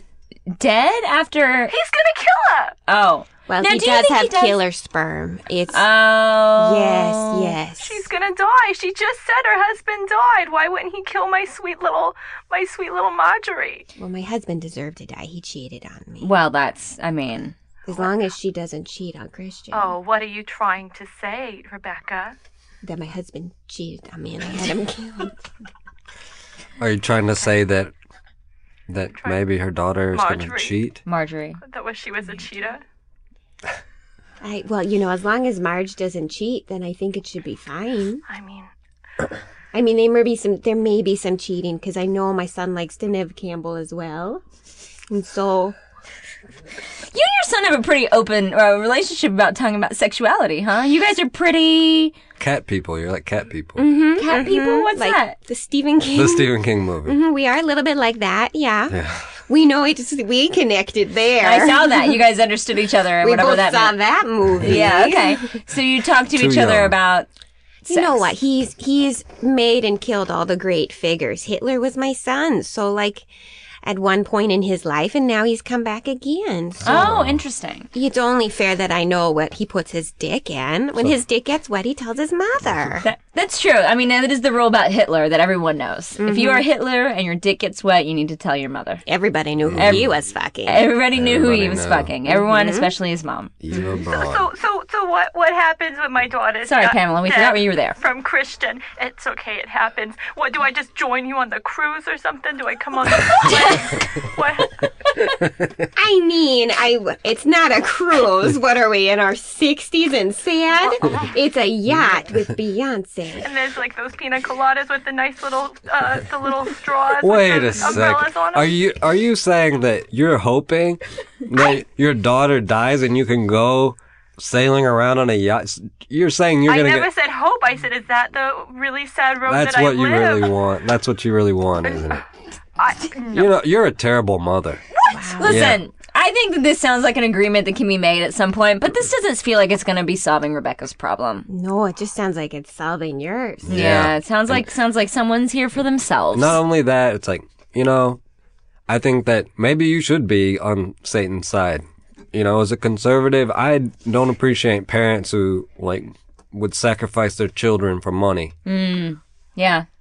S3: dead after
S7: He's gonna kill her.
S3: Oh.
S5: Well,
S3: Now,
S5: he
S3: do you
S5: does
S3: think
S5: have
S3: he does-
S5: killer sperm. It's
S3: Oh.
S5: yes, yes.
S7: She's gonna die. She just said her husband died. Why wouldn't he kill my sweet little my sweet little Marjorie?
S5: Well, my husband deserved to die. He cheated on me.
S3: Well, that's I mean,
S5: As long as she doesn't cheat on Christian.
S7: Oh, what are you trying to say, Rebecca?
S5: That my husband cheated on me and I had him killed.
S4: are you trying to say that that maybe her daughter is going to
S7: Marjorie.
S4: cheat?
S3: Marjorie.
S7: That was she was a cheetah.
S5: I well, you know, as long as Marge doesn't cheat, then I think it should be fine.
S7: I mean,
S5: I mean, there may be some there may be some cheating because I know my son likes to Nev Campbell as well, and so
S3: You and your son have a pretty open uh, relationship about talking about sexuality, huh? You guys are pretty
S4: Cat people. You're like cat people.
S7: Mm-hmm.
S3: cat people. Mm-hmm. What's
S5: like
S3: that?
S5: the Stephen King.
S4: The Stephen King movie.
S7: Mm-hmm.
S5: Mhm, we are a little bit like that, yeah.
S4: Yeah.
S5: We know it. just- We connected there.
S3: I saw that. You guys understood each other,
S5: we
S3: whatever
S5: both
S3: that
S5: saw
S3: meant.
S5: that movie.
S3: Yeah, okay. So you talk to
S4: Too
S3: each other
S4: young.
S3: about
S5: You know
S3: sex.
S5: what? He's he's made and killed all the great figures. Hitler was my son, so like at one point in his life, and now he's come back again. So
S3: Oh, interesting.
S5: It's only fair that I know what he puts his dick in. When his dick gets wet, he tells his mother.
S3: That That's true. I mean, that is the rule about Hitler that everyone knows. If
S5: Mm-hmm.
S3: you are Hitler and your dick gets wet, you need to tell your mother.
S5: Everybody knew who he was fucking.
S3: Everybody knew who
S4: Everybody
S3: he was
S4: knew.
S3: fucking.
S5: Mm-hmm.
S3: Everyone, especially his mom.
S4: Eva
S7: So,
S4: Braun.
S7: so, so what? What happens when my daughter?
S5: Uh,
S3: Sorry, Pamela, we forgot you were there.
S7: From Christian, it's okay. It happens. What do I just join you on the cruise or something? Do I come on? The, what? what?
S5: I mean, I it's not a cruise. what are we in our sixties and sad? It's a yacht with Beyonce.
S7: And there's like those pina coladas with the nice little, uh, the little straws. with
S4: Wait
S7: the
S4: a
S7: Umbrellas
S4: second.
S7: on 'em.
S4: Are you are you saying that you're hoping that your daughter dies and you can go sailing around on a yacht? You're saying you're
S7: I
S4: gonna
S7: never
S4: get.
S7: said hope. I said, is that the really sad road
S4: That's
S7: that
S4: what
S7: I
S4: you
S7: live?
S4: really want. That's what you really want, isn't it?
S7: I,
S4: You know, you're a terrible mother.
S3: Listen, I think that this sounds like an agreement that can be made at some point, but this doesn't feel like it's going to be solving Rebecca's problem.
S5: No, it just sounds like it's solving yours.
S3: Yeah, it sounds like sounds like someone's here for themselves.
S4: Not only that, it's like, you know, I think that maybe you should be on Satan's side. You know, as a conservative, I don't appreciate parents who, like, would sacrifice their children for money.
S3: Yeah,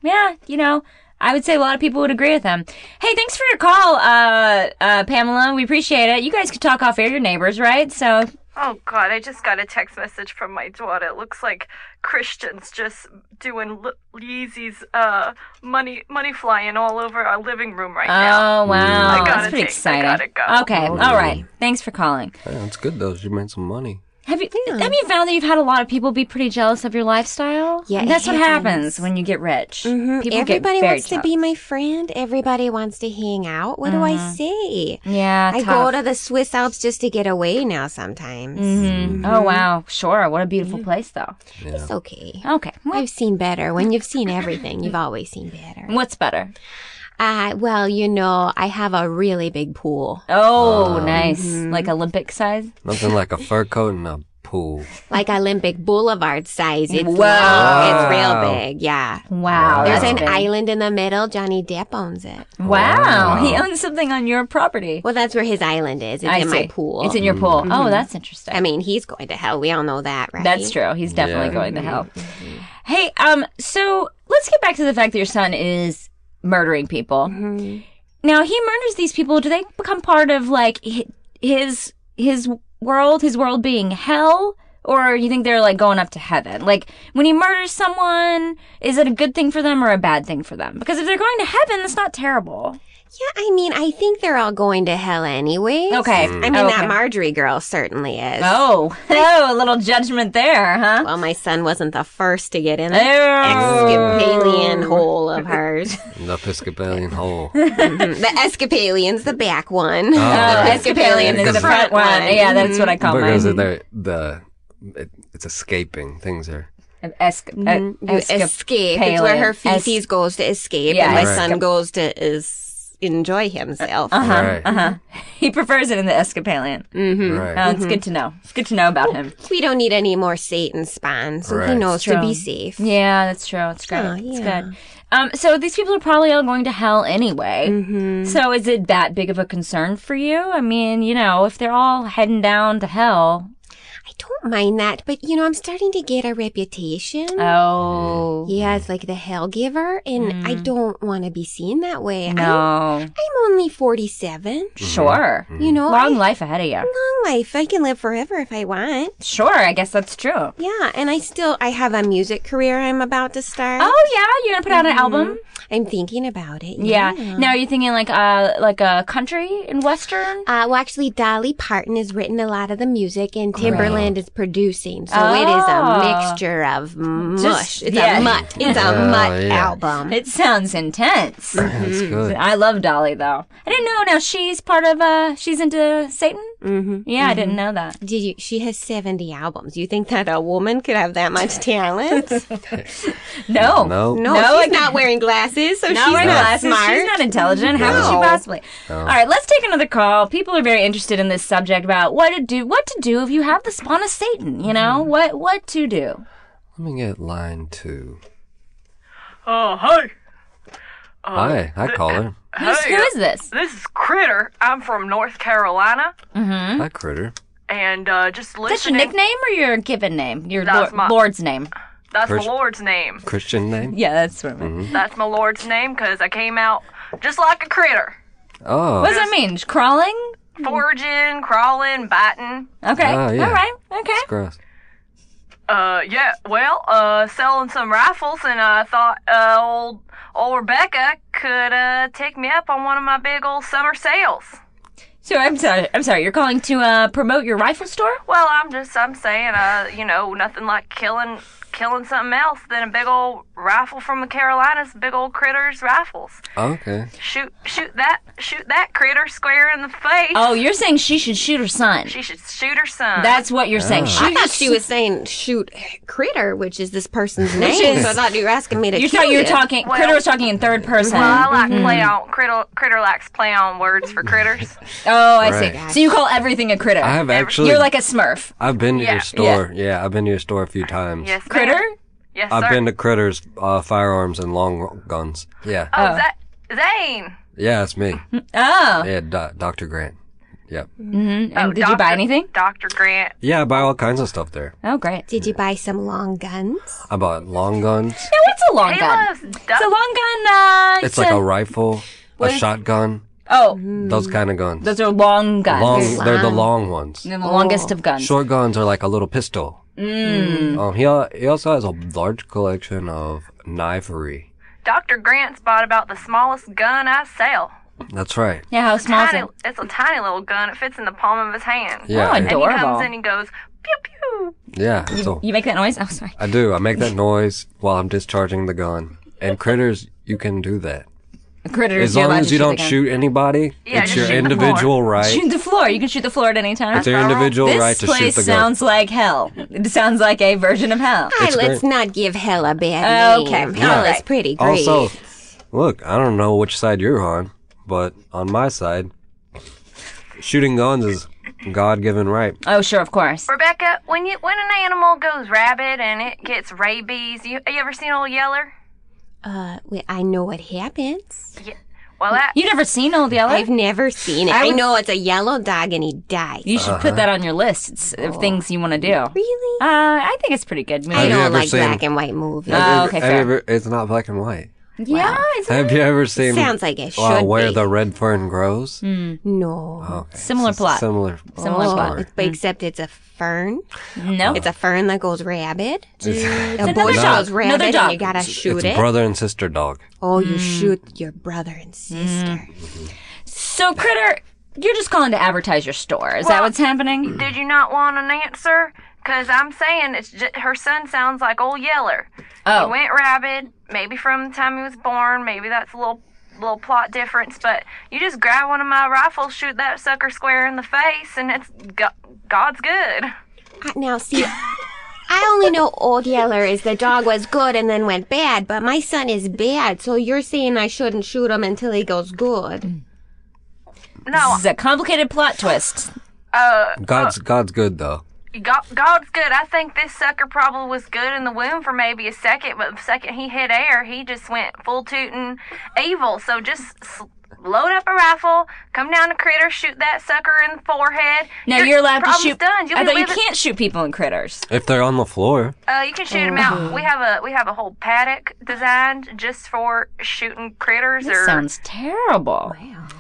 S3: yeah, you know, I would say a lot of people would agree with them. Hey, thanks for your call, uh, uh, Pamela. We appreciate it. You guys could talk off air, your neighbors, right? So
S7: Oh God! I just got a text message from my daughter. It looks like Christians just doing L- Yeezy's uh, money money flying all over our living room right now.
S3: Oh wow,
S7: I gotta
S3: that's pretty
S7: take- I
S3: exciting.
S7: gotta go.
S5: Oh,
S3: Okay, all right. Thanks for calling.
S4: Yeah, that's good, though. She made some money.
S3: Have you have you found that you've had a lot of people be pretty jealous of your lifestyle?
S5: Yeah, it
S3: that's what happens
S5: happens.
S3: when you get rich.
S5: Mhm.
S3: People get
S5: Everybody
S3: very
S5: wants to be my friend. Everybody wants to hang out. What do I say?
S3: jealous. Yeah,
S5: I
S3: Mm-hmm. tough.
S5: go to the Swiss Alps just to get away now sometimes.
S3: Mhm. Oh wow, sure. What a beautiful place, though.
S5: It's okay.
S3: Okay, well,
S5: I've seen better. When you've seen everything, you've always seen better.
S3: what's better?
S5: Uh, well, you know, I have a really big pool.
S3: Oh, nice,
S5: mm-hmm.
S3: like Olympic size.
S4: Nothing like a fur coat and a pool.
S5: Like Olympic Boulevard size. It's long.
S3: Wow.
S5: It's real
S4: Wow.
S5: big. Yeah.
S3: Wow,
S5: There's
S3: that's
S5: an
S3: big.
S5: island in the middle. Johnny Depp owns it.
S3: Wow,
S4: Wow.
S3: he owns something on your property.
S5: Well, that's where his island is. It's
S3: I
S5: in
S3: see.
S5: my pool. Mm-hmm.
S3: It's in your pool. Oh, that's interesting.
S5: I mean, he's going to hell. We all know that, right? Mm-hmm.
S3: That's true. He's definitely
S4: Yeah.
S3: going to hell. Hey, um, so let's get back to the fact that your son is murdering people.
S5: Mm-hmm.
S3: Now he murders these people. Do they become part of like hi- his his world? His world being hell, or you think they're like going up to heaven? Like when he murders someone, is it a good thing for them or a bad thing for them? Because if they're going to heaven, that's not terrible.
S5: Yeah, I mean, I think they're all going to hell anyway.
S3: Okay.
S5: I mean,
S3: Okay.
S5: that Marjorie girl certainly is.
S3: Oh, oh, a little judgment there, huh?
S5: Well, my son wasn't the first to get in
S3: Oh.
S5: that escapalian hole of hers.
S4: The Episcopalian hole.
S5: the escapalian's the back one.
S4: Oh,
S3: Escapalian is the front one. Yeah, that's what I call mine.
S4: because they're, the, it, it's escaping. Things are.
S3: An esca-
S5: Mhm.
S3: a-
S5: You
S3: escap-
S5: escape. It's where her
S3: paleo-
S5: feces goes to escape,
S3: Yeah,
S5: and my
S4: Right.
S5: son goes to is enjoy himself.
S3: Uh-huh.
S4: Right.
S3: He prefers it in the escapalian. Oh,
S4: Right.
S3: It's good to know. It's good to know about him.
S5: We don't need any more Satan spawn, so he
S4: Right.
S5: knows to
S3: True.
S5: be safe.
S3: Yeah, that's true. It's great.
S5: Oh,
S3: It's
S5: yeah.
S3: good. Um, so these people are probably all going to hell anyway. So is it that big of a concern for you? I mean, you know, if they're all heading down to hell.
S5: I don't mind that, but you know, I'm starting to get a reputation.
S3: Uh, Mm-hmm. Oh.
S5: Yeah, it's like the hell giver, and I don't want to be seen that way. I'm,
S3: Mm. No.
S5: I'm only 47.
S3: Sure.
S5: You know,
S3: Long
S5: I-
S3: life ahead of you.
S5: long life. I can live forever if I want.
S3: Sure, I guess that's true.
S5: Yeah, and I still I have a music career I'm about to start.
S3: Oh yeah, you're gonna put out an album?
S5: I'm thinking about it.
S3: Yeah. Now are you thinking like uh like a country and western?
S5: Uh, well, actually, Dolly Parton has written a lot of the music, and Timberland is producing. So it is
S3: Oh.
S5: a mixture of mush.
S3: Just-
S5: it's
S3: yeah.
S5: a mutt. It's a
S4: Oh,
S5: mutt
S4: yeah.
S5: album.
S3: It sounds intense.
S4: That's good.
S3: I love Dolly though. I didn't know. Now she's part of. uh She's into Satan. Mm-hmm. Yeah, I didn't know that.
S5: Did you? She has seventy albums. You think that a woman could have that much talent?
S3: Oh, No,
S4: No.
S5: no,
S3: No, I
S5: she's not wearing glasses, so she's
S3: we're
S5: not smart.
S3: She's not intelligent. How could she
S5: No.
S3: possibly? All right, let's take another call. People are very interested in this subject about what to do. What to do if you have the spawn of Satan? You know what? What to do?
S4: Let me get line two.
S7: Oh hi,
S4: Hi, I call her.
S3: Who's,
S7: Hey,
S3: who
S7: uh,
S3: is this?
S7: this is Critter. I'm from North Carolina,
S4: Hi, Critter.
S7: and uh, just
S3: Is that your
S7: listening.
S3: nickname or your given name? Your
S7: That's
S3: lor-
S7: my-
S3: lord's name?
S7: That's
S4: Pers-
S7: my Lord's name.
S4: Christian name?
S3: Yeah, that's what I meant.
S5: Mm-hmm.
S7: That's my Lord's name because I came out just like a critter.
S4: Oh.
S3: What does that mean? Just Crawling?
S7: Foraging, crawling, biting.
S3: Okay.
S4: Oh, yeah.
S3: All right. Okay.
S4: Gross.
S7: Uh, yeah, well, uh, selling some rifles, and I thought, uh, old, old Rebecca could, uh, take me up on one of my big old summer sales.
S3: So I'm sorry. I'm sorry. You're calling to uh, promote your rifle store?
S7: Well, I'm just, I'm saying, uh, you know, nothing like killing, killing something else than a big old rifle from the Carolinas, big old critters rifles.
S4: Oh, Okay.
S7: Shoot, shoot that, shoot that critter square in the face.
S3: Oh, you're saying she should shoot her son.
S7: She should shoot her son.
S3: That's what you're saying.
S5: I
S3: Shoot
S5: thought she was saying shoot critter, which is this person's name. so I thought you were asking me to
S3: you
S5: kill
S3: thought you were
S5: it.
S3: talking.
S7: Well-
S3: Critter was talking in third person.
S7: well, I like
S3: Mm-hmm.
S7: play on critter. Critter likes play on words for critters.
S3: oh, I
S4: Right.
S3: see. So you call everything a critter?
S4: I have actually.
S3: you're like a Smurf.
S4: I've been to
S7: Yeah.
S4: your store. Yeah. I've been to your store a few times.
S7: Yes, ma'am.
S3: Critter?
S7: Yes,
S4: I've
S7: sir.
S4: been to Critter's uh, firearms and long guns. Yeah.
S7: oh, Za- Zane.
S4: Yeah, it's me.
S3: Oh.
S4: Yeah, do- Dr. Grant. Yep.
S3: And Oh, did you
S7: Dr.
S3: buy anything?
S7: Dr. Grant.
S4: Yeah, I buy all kinds of stuff there.
S3: Oh, great.
S5: Did you buy some long guns?
S4: I bought long guns.
S3: Now, what's a long
S7: He
S3: gun?
S7: loves
S3: It's a
S7: duck.
S3: long gun. Uh,
S4: It's like a rifle, a shotgun,
S3: oh,
S4: those kind of guns.
S3: those are long guns.
S4: Long, they're the long ones.
S3: They're the longest of guns.
S4: Short guns are like a little pistol. Mm. Um, he al- he also has a large collection of knifery.
S7: Dr. Grant's bought about the smallest gun I sell.
S4: That's right.
S3: Yeah, how small is
S7: Tiny,
S3: it?
S7: it's a tiny little gun. It fits in the palm of his hand.
S4: Yeah,
S3: Oh,
S4: it-
S3: adorable.
S7: He comes in and goes, pew pew.
S4: yeah. So
S3: You make that noise? Oh, sorry.
S4: I do. I make that noise while I'm discharging the gun. And critters, you can do that
S3: Critters.
S4: as
S3: you're
S4: long
S3: allowed
S4: as
S3: to shoot
S4: you
S3: the
S4: don't
S3: gun.
S4: shoot anybody.
S7: Yeah,
S4: it's
S7: just
S4: your
S7: shoot the
S4: individual right.
S3: Shoot the floor. You can shoot the floor at any time.
S4: It's your individual
S3: this
S4: right to
S3: place
S4: shoot the gun.
S3: sounds like hell. It sounds like a version of hell.
S5: Hi,
S4: It's
S5: let's
S4: great.
S5: not give Hell a bad name.
S3: Okay,
S5: Hell
S3: alright.
S5: is pretty great.
S4: Also, look, I don't know which side you're on, but on my side, shooting guns is God-given right.
S3: Oh, sure, of course.
S7: Rebecca, when you when an animal goes rabid and it gets rabies, you, you ever seen old Yeller?
S5: uh, wait, I know what happens.
S7: Well, that
S3: You never seen Old Yeller?
S5: I've never seen it.
S3: I
S5: I,
S3: would-
S5: know it's a yellow dog and he dies.
S3: you should
S4: Uh-huh.
S3: put that on your list it's,
S7: Oh.
S3: of things you want to do. Uh,
S5: Really?
S3: I think it's a pretty good movie.
S5: I
S4: you
S5: don't
S4: ever
S5: like
S4: seen-
S5: black and white movies.
S3: Uh, Oh, okay,
S4: Have
S3: fair.
S4: you ever- it's not black and white.
S3: yeah, it's
S4: Have you ever seen?
S5: Sounds like it should
S4: uh, where
S5: be.
S4: the red fern grows.
S5: no.
S4: Okay.
S3: Hmm, Similar
S4: It's a
S3: plot.
S4: Similar.
S3: Similar
S5: Oh,
S3: plot.
S4: Sorry.
S5: but except it's a fern.
S3: no.
S5: It's a fern that goes rabid.
S4: It's,
S5: A
S3: another
S5: bush
S3: dog.
S5: goes rabid
S3: Another
S5: and
S3: dog. Mm.
S5: you gotta shoot
S4: it's
S5: it.
S4: brother and sister dog.
S5: oh, you shoot your brother and sister.
S3: so, Critter, you're just calling to advertise your store. Is that
S7: Well-
S3: what's happening?
S7: Did you not want an answer? Because I'm saying it's just, her son sounds like old Yeller.
S3: Oh.
S7: He went rabid, maybe from the time he was born. Maybe that's a little little plot difference. But you just grab one of my rifles, shoot that sucker square in the face, and it's go- God's good.
S5: I- Now, see, I only know Old Yeller is the dog was good and then went bad, but my son is bad, so you're saying I shouldn't shoot him until he goes good.
S7: No,
S3: This is a complicated plot twist.
S7: uh,
S4: God's God's good though.
S7: God, God's good. I think this sucker probably was good in the womb for maybe a second, but the second he hit air, he just went full tootin' evil. So just s- load up a rifle, come down to critter, shoot that sucker in the forehead.
S3: Now
S7: Your
S3: you're allowed to
S7: problem's
S3: shoot.
S7: Done. You'll
S3: I
S7: be
S3: thought you
S7: living-
S3: can't shoot people in critters.
S4: If they're on the floor,
S7: Uh, you can shoot him out.
S3: Oh.
S7: We have a we have a whole paddock designed just for shooting critters
S3: That
S7: or
S3: sounds terrible.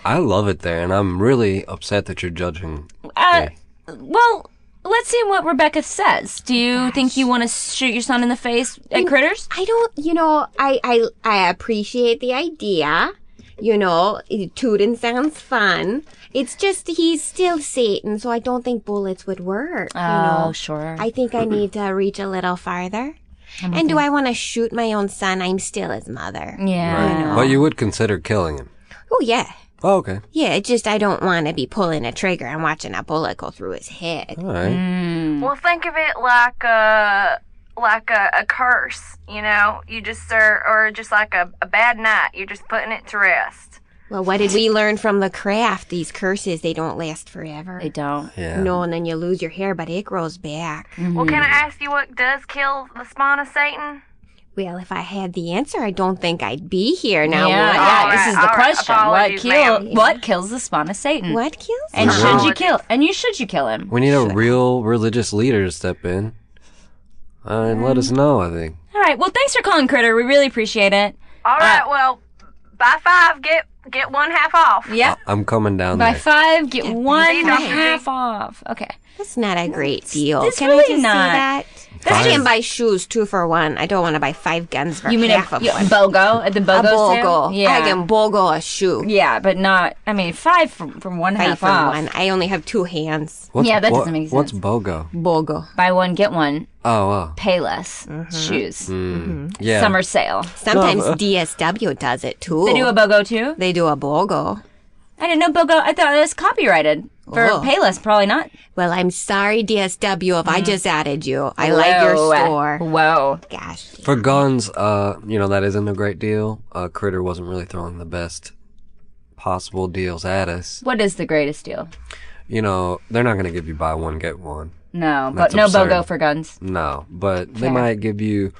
S4: I love it there, and I'm really upset that you're judging.
S3: Uh,
S4: me.
S3: well, let's see what Rebecca says. Do you think you want to shoot your son in the face at critters?
S5: I don't, you know, I, I, I appreciate the idea. You know, tooting sounds fun. It's just he's still Satan, so I don't think bullets would work. you know?
S3: Oh, sure.
S5: I think I need to reach a little farther. And do I want to shoot my own son? I'm still his mother.
S3: yeah.
S4: But you would consider killing him.
S5: Oh, yeah.
S4: Oh, okay.
S5: Yeah, it's just I don't want to be pulling a trigger and watching a bullet go through his head.
S4: All right.
S3: Mm,
S7: Well, think of it like a like a, a curse, you know. You just or, or just like a, a bad night. You're just putting it to rest.
S5: Well, what did we learn from the craft? These curses, they don't last forever.
S3: They don't.
S4: Yeah.
S5: No, and then you lose your hair, but it grows back.
S7: Well, can I ask you what does kill the spawn of Satan?
S5: Well, if I had the answer, I don't think I'd be here now.
S3: yeah,
S5: would
S3: yeah.
S5: I?
S3: this is the
S7: All right,
S3: question. What
S7: apologies,
S3: kill?
S7: ma'am.
S3: What kills the spawn of Satan?
S5: What kills
S3: And
S5: him?
S3: should you kill? And you should you kill him? Mm.
S4: We need a real religious leader to step in uh, and let us know. I think
S3: All right. Well, thanks for calling, Critter. We really appreciate it.
S7: All right, well, buy five, get get one half off.
S3: Yep.
S4: I'm coming down
S3: Uh, By
S4: there.
S3: five, get one and a
S7: Dr. G.
S3: half off. Okay.
S5: That's not a great deal.
S3: it's
S5: Can I
S3: really
S5: just
S3: not.
S5: say that? I can't buy shoes two for one. I don't want to buy five guns for
S3: You mean
S5: half
S3: a,
S5: of
S3: you-
S5: one.
S3: BOGO at the BOGO
S5: a bogle.
S3: sale? Yeah.
S5: I can bogle a shoe.
S3: yeah, but not. I mean, five from, from one
S5: Five
S3: half
S5: for
S3: off.
S5: one. I only have two hands.
S4: What's-
S3: Yeah, that
S4: what-
S3: doesn't make
S4: What's
S3: sense.
S4: BOGO?
S5: Bogle.
S3: Buy one, get one.
S4: Oh, wow.
S3: Pay less.
S5: Mm-hmm.
S3: Shoes.
S4: Mm. Yeah.
S3: Summer sale.
S5: Sometimes DSW does it too.
S3: They do a BOGO too.
S5: They do a bogle.
S3: I didn't know BOGO. I thought it was copyrighted for
S5: Oh.
S3: Payless. Probably not.
S5: Well, I'm sorry, DSW, if I
S3: Mm.
S5: just added you. I like your
S3: Whoa.
S5: store.
S3: Whoa.
S5: Gosh.
S4: For guns, uh, you know, that isn't a great deal. Uh, Critter wasn't really throwing the best possible deals at us.
S3: What is the greatest deal?
S4: You know, they're not going to give you buy one, get one.
S3: No,
S4: That's
S3: but no
S4: absurd.
S3: BOGO for guns.
S4: No, but they might give you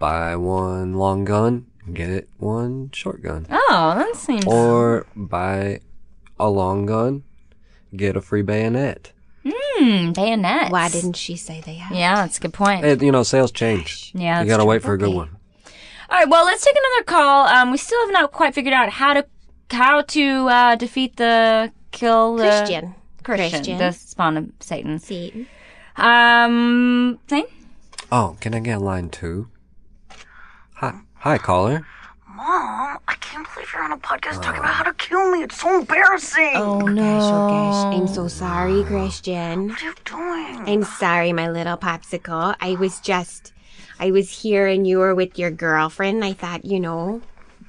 S4: buy one long gun, get one short gun.
S3: Oh, that seems.
S4: Or buy a long gun, get a free bayonet.
S3: Hmm, bayonets.
S5: Why didn't she say they had?
S3: Yeah, that's a good point.
S4: It, you know, sales change.
S3: Yeah,
S4: You
S3: that's
S4: got to wait for a good one.
S3: All right, well, let's take another call. Um, we still have not quite figured out how to how to uh, defeat the kill the
S5: Christian.
S3: Christian,
S5: Christian.
S3: the spawn of Satan.
S5: See?
S3: Um, thing.
S4: Oh, can I get line two? Hi, hi, caller.
S6: Mom, I can't believe you're on a podcast talking about how to kill me. It's so embarrassing.
S5: Oh, gosh, oh, gosh. I'm so sorry, Christian.
S6: What are you doing?
S5: I'm sorry, my little popsicle. I was just, I was here and you were with your girlfriend. I thought, you know,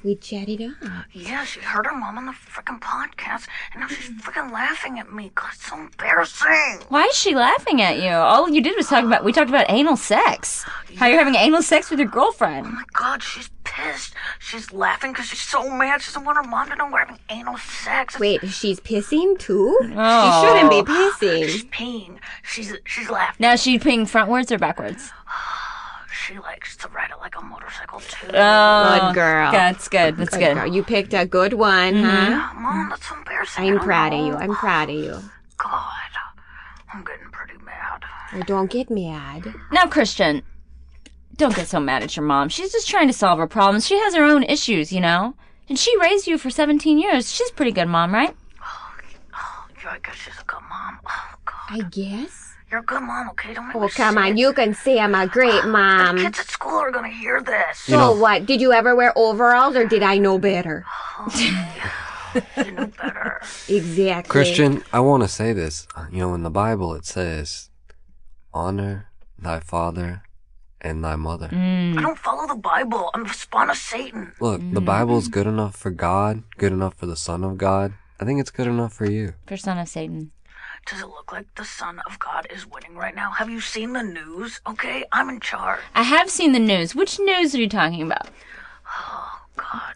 S5: we'd chat it up.
S6: Yeah, she heard her mom on the freaking podcast, and now she's freaking laughing at me. God, it's so embarrassing.
S3: Why is she laughing at you? All you did was talk about we talked about anal sex. How you're having anal sex with your girlfriend.
S6: My God, she's pissed. She's laughing because she's so mad. She doesn't want her mom to know we're having anal sex. It's
S5: Wait, she's pissing too?
S3: Oh.
S5: She shouldn't be pissing.
S6: pain. She's she's laughing.
S3: Now is she pinging frontwards or backwards?
S6: She likes to ride it like a motorcycle too.
S7: Oh
S3: Uh, Oh,
S5: Good girl.
S3: That's good. That's
S5: Good
S3: good.
S5: girl. You picked a good one,
S3: Mm-hmm.
S5: huh?
S6: Mom, that's so embarrassing. I
S5: I'm
S7: Oh.
S6: don't
S5: proud of
S6: know.
S5: you. I'm proud of you.
S6: God, I'm getting pretty mad.
S5: Well, don't get mad.
S3: Now, Christian, don't get so mad at your mom. She's just trying to solve her problems. She has her own issues, you know? And she raised you for 17 years. She's a pretty good mom, right?
S6: Oh, yeah, I guess she's a good mom. Oh God,
S5: I guess.
S6: you're a good mom. Okay, don't make
S5: Oh,
S6: me
S5: come
S6: sick.
S5: on. You can say I'm a great mom.
S6: Kids at school are gonna hear this.
S5: So what? Did you ever wear overalls or did I know better?
S6: You know better.
S5: Exactly.
S4: Christian, I want to say this. You know, in the Bible it says, honor thy father and thy mother.
S6: I don't follow the Bible. I'm the spawn of Satan.
S4: Look,
S3: Mm-hmm.
S4: the Bible's good enough for God, good enough for the Son of God. I think it's good enough for you.
S3: For son of Satan.
S6: Does it look like the Son of God is winning right now? Have you seen the news? Okay, I'm in charge.
S3: I have seen the news. Which news are you talking about?
S6: God,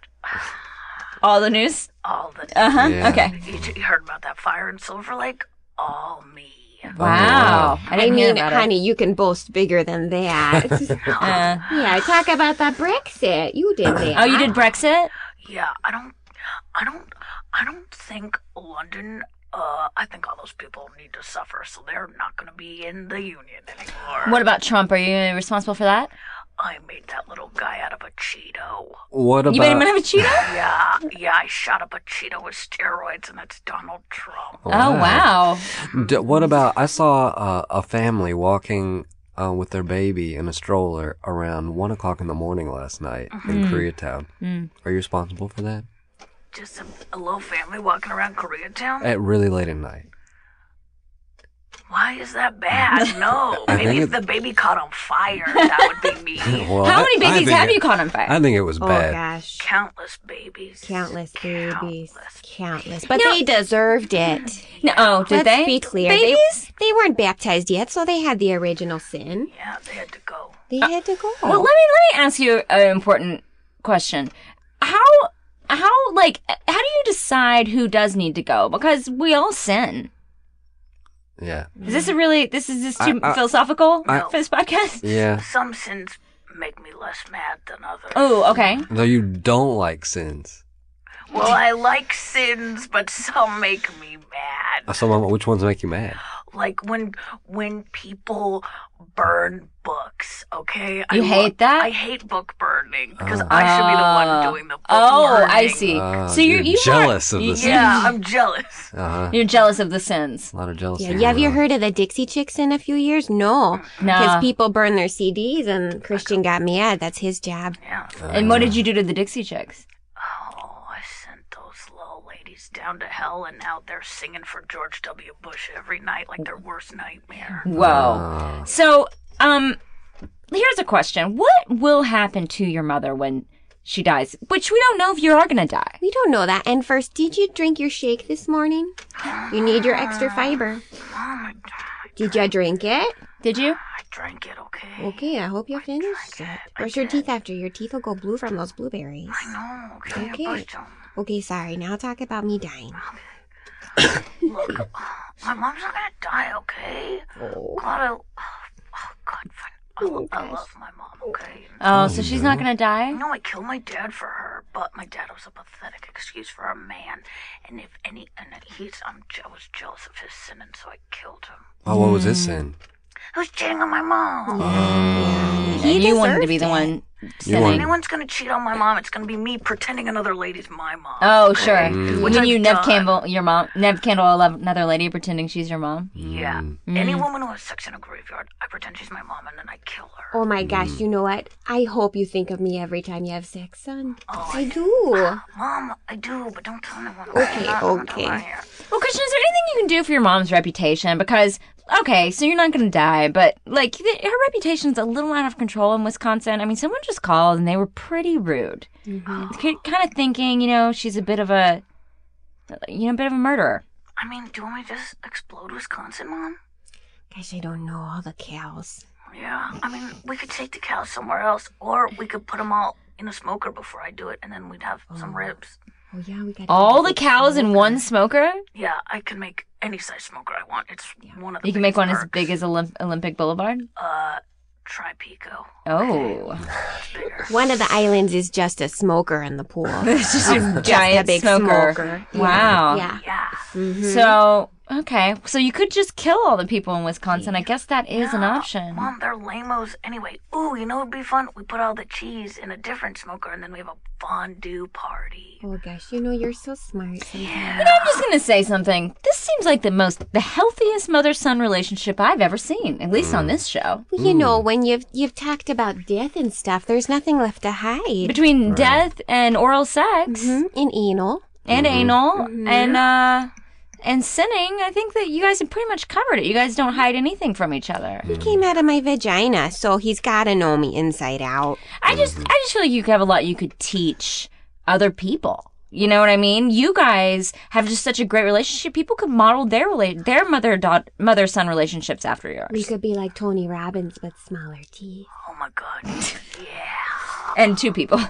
S3: All the news?
S6: all the
S3: Uh huh.
S4: Yeah.
S3: Okay.
S6: You, you heard about that fire in Silver Lake? All me.
S4: Oh,
S3: Wow. I
S5: I
S3: didn't
S5: mean,
S3: mean, hear about
S5: honey, you can boast bigger than that.
S3: it. Uh,
S5: yeah, talk about that Brexit. You did that.
S3: oh, you did Brexit?
S6: Yeah, I don't, I don't, I don't think London. Uh, I think all those people need to suffer, so they're not going to be in the union anymore.
S3: What about Trump? Are you responsible for that?
S6: I made that little guy out of a Cheeto.
S4: What
S3: You made him
S4: about
S3: have a Cheeto?
S6: Yeah, yeah, I shot up a Cheeto with steroids, and that's Donald Trump.
S3: Oh, wow.
S4: D- what about I saw uh, a family walking uh, with their baby in a stroller around one o'clock in the morning last night
S3: Uh-huh. Mm.
S4: in Koreatown. Are you responsible for that?
S6: Just a, a little family walking around Koreatown.
S4: At really late at night.
S6: Why is that bad? No,
S4: I
S6: maybe
S4: think
S6: if the baby caught on fire, that would be me.
S4: Well,
S3: How
S4: I-
S3: many
S4: I
S3: babies
S4: think
S3: have
S4: it-
S3: you caught on fire?
S4: I think it was
S5: Oh,
S4: bad.
S5: gosh.
S6: Countless babies.
S5: Countless babies.
S6: Countless.
S5: Countless. But they deserved it.
S3: no, oh,
S5: Let's
S3: did they?
S5: be clear. They,
S3: Babies?
S5: they weren't baptized yet, so they had the original sin.
S6: Yeah, they had to go.
S5: They had to go.
S3: Well, let me let me ask you an important question. How how like how do you decide who does need to go? Because we all sin.
S4: Yeah.
S3: Is this a really this is this too
S4: I- I-
S3: philosophical
S4: I-
S3: for this podcast?
S4: Yeah.
S6: Some sins make me less mad than others.
S3: Oh, okay.
S4: Though you don't like sins.
S6: Well, I like sins, but some make me mad.
S4: Uh, Some of, which ones make you mad?
S6: like when when people burn books. Okay,
S3: You
S6: I
S3: hate that?
S6: I hate book burning because I should be the one
S3: Oh.
S6: doing the book
S3: Oh,
S6: burning.
S3: I see.
S4: Ah,
S3: so you're,
S4: you're
S3: you are-
S4: jealous of
S3: you-
S4: the
S6: Yeah, I'm jealous.
S4: Uh-huh.
S3: You're jealous of the sins.
S4: A lot of jealousy.
S5: Yeah, yeah, have you
S4: going on.
S5: heard of the Dixie Chicks in a few years? No. Because
S3: Nah.
S5: people burn their CDs and Christian got me ad. That's his job.
S6: Yeah.
S3: and what did you do to the Dixie Chicks?
S6: Oh, I sent those little ladies down to hell, and now they're singing for George W. Bush every night like their worst nightmare.
S3: Whoa. So, um, here's a question: What will happen to your mother when she dies? Which we don't know if you are gonna die.
S5: We don't know that. And first, did you drink your shake this morning? You need your extra fiber.
S6: Mom, I,
S5: Did you drink it?
S3: Did you?
S6: I drank it, okay?
S5: Okay, I hope you finished it. Brush your teeth after. Your teeth will go blue from those blueberries.
S6: No, Oh, okay,
S5: Okay.
S6: I brushed 'em.
S5: Okay, sorry. Now talk about me dying.
S6: Look, my mom's not gonna die, okay? Gotta, oh, oh, God, fine. I, lo- I love my mom, okay?
S3: Oh, so she's not gonna die.
S6: No, I killed my dad for her, but my dad was a pathetic excuse for a man, and if any, and he's, I'm, je- I was jealous of his sin, and so I killed him.
S4: Oh, what was this
S3: Hmm.
S4: sin?
S6: I was cheating on my mom.
S3: and you wanted to be the one.
S4: You
S3: sinning.
S6: If
S4: want
S6: anyone's gonna cheat on my mom, it's gonna be me pretending another lady's my mom.
S3: Oh, sure. You
S6: Which
S3: mean
S6: I've
S3: you, Nev
S6: done.
S3: Campbell, your mom, Nev Campbell, I love another lady pretending she's your mom?
S6: Yeah. Any woman who has sex in a graveyard, I pretend she's my mom and then I kill her.
S5: Oh my gosh, you know what? I hope you think of me every time you have sex, son. I do.
S6: Mom, I do, but don't tell anyone.
S5: Okay,
S6: Not- not
S5: okay.
S6: out here.
S3: Well, Christian, is there anything you can do for your mom's reputation? Because, okay, so you're not going to die, but, like, th- her reputation's a little out of control in Wisconsin. I mean, someone just called and they were pretty rude.
S5: Mm-hmm.
S3: Kind of thinking, you know, she's a bit of a, you know, a bit of a murderer.
S6: I mean, do you want me to just explode Wisconsin, Mom?
S5: Gosh, I don't know all the cows.
S6: Yeah. I mean, we could take the cows somewhere else, or we could put them all in a smoker before I do it, and then we'd have some ribs.
S5: Oh yeah, we got
S3: All the cows in one smoker?
S6: Yeah, I can make any size smoker I want. It's one of the
S3: You can make
S6: biggest
S3: one as
S6: perks.
S3: big as Olymp- Olympic Boulevard?
S6: uh, try Pico.
S3: Oh.
S6: It's bigger.
S5: One of the islands is just a smoker in the pool.
S3: It's just a giant
S5: big
S3: smoker.
S5: smoker.
S3: Wow.
S5: yeah.
S6: Yeah.
S3: So okay, so you could just kill all the people in Wisconsin. I guess that is an option.
S6: Mom, Oh, they're lamos anyway. Ooh, you know it'd be fun. We put all the cheese in a different smoker, and then we have a fondue party.
S5: Oh gosh, you know you're so smart.
S3: You know, I'm just gonna say something. This seems like the most, the healthiest mother-son relationship I've ever seen, at least on this show.
S5: Well, you know, when you've you've talked about death and stuff, there's nothing left to hide.
S3: Between death and oral sex
S5: Mhm, In anal.
S3: and anal and uh and sinning, I think that you guys have pretty much covered it. You guys don't hide anything from each other.
S5: He came out of my vagina, so he's gotta know me inside out.
S3: I just I just feel like you have a lot you could teach other people. You know what I mean? You guys have just such a great relationship. People could model their rela- their mother daughter mother son relationships after
S5: We
S3: yours.
S5: could be like Tony Robbins with smaller teeth.
S6: Oh my god.
S3: And two people.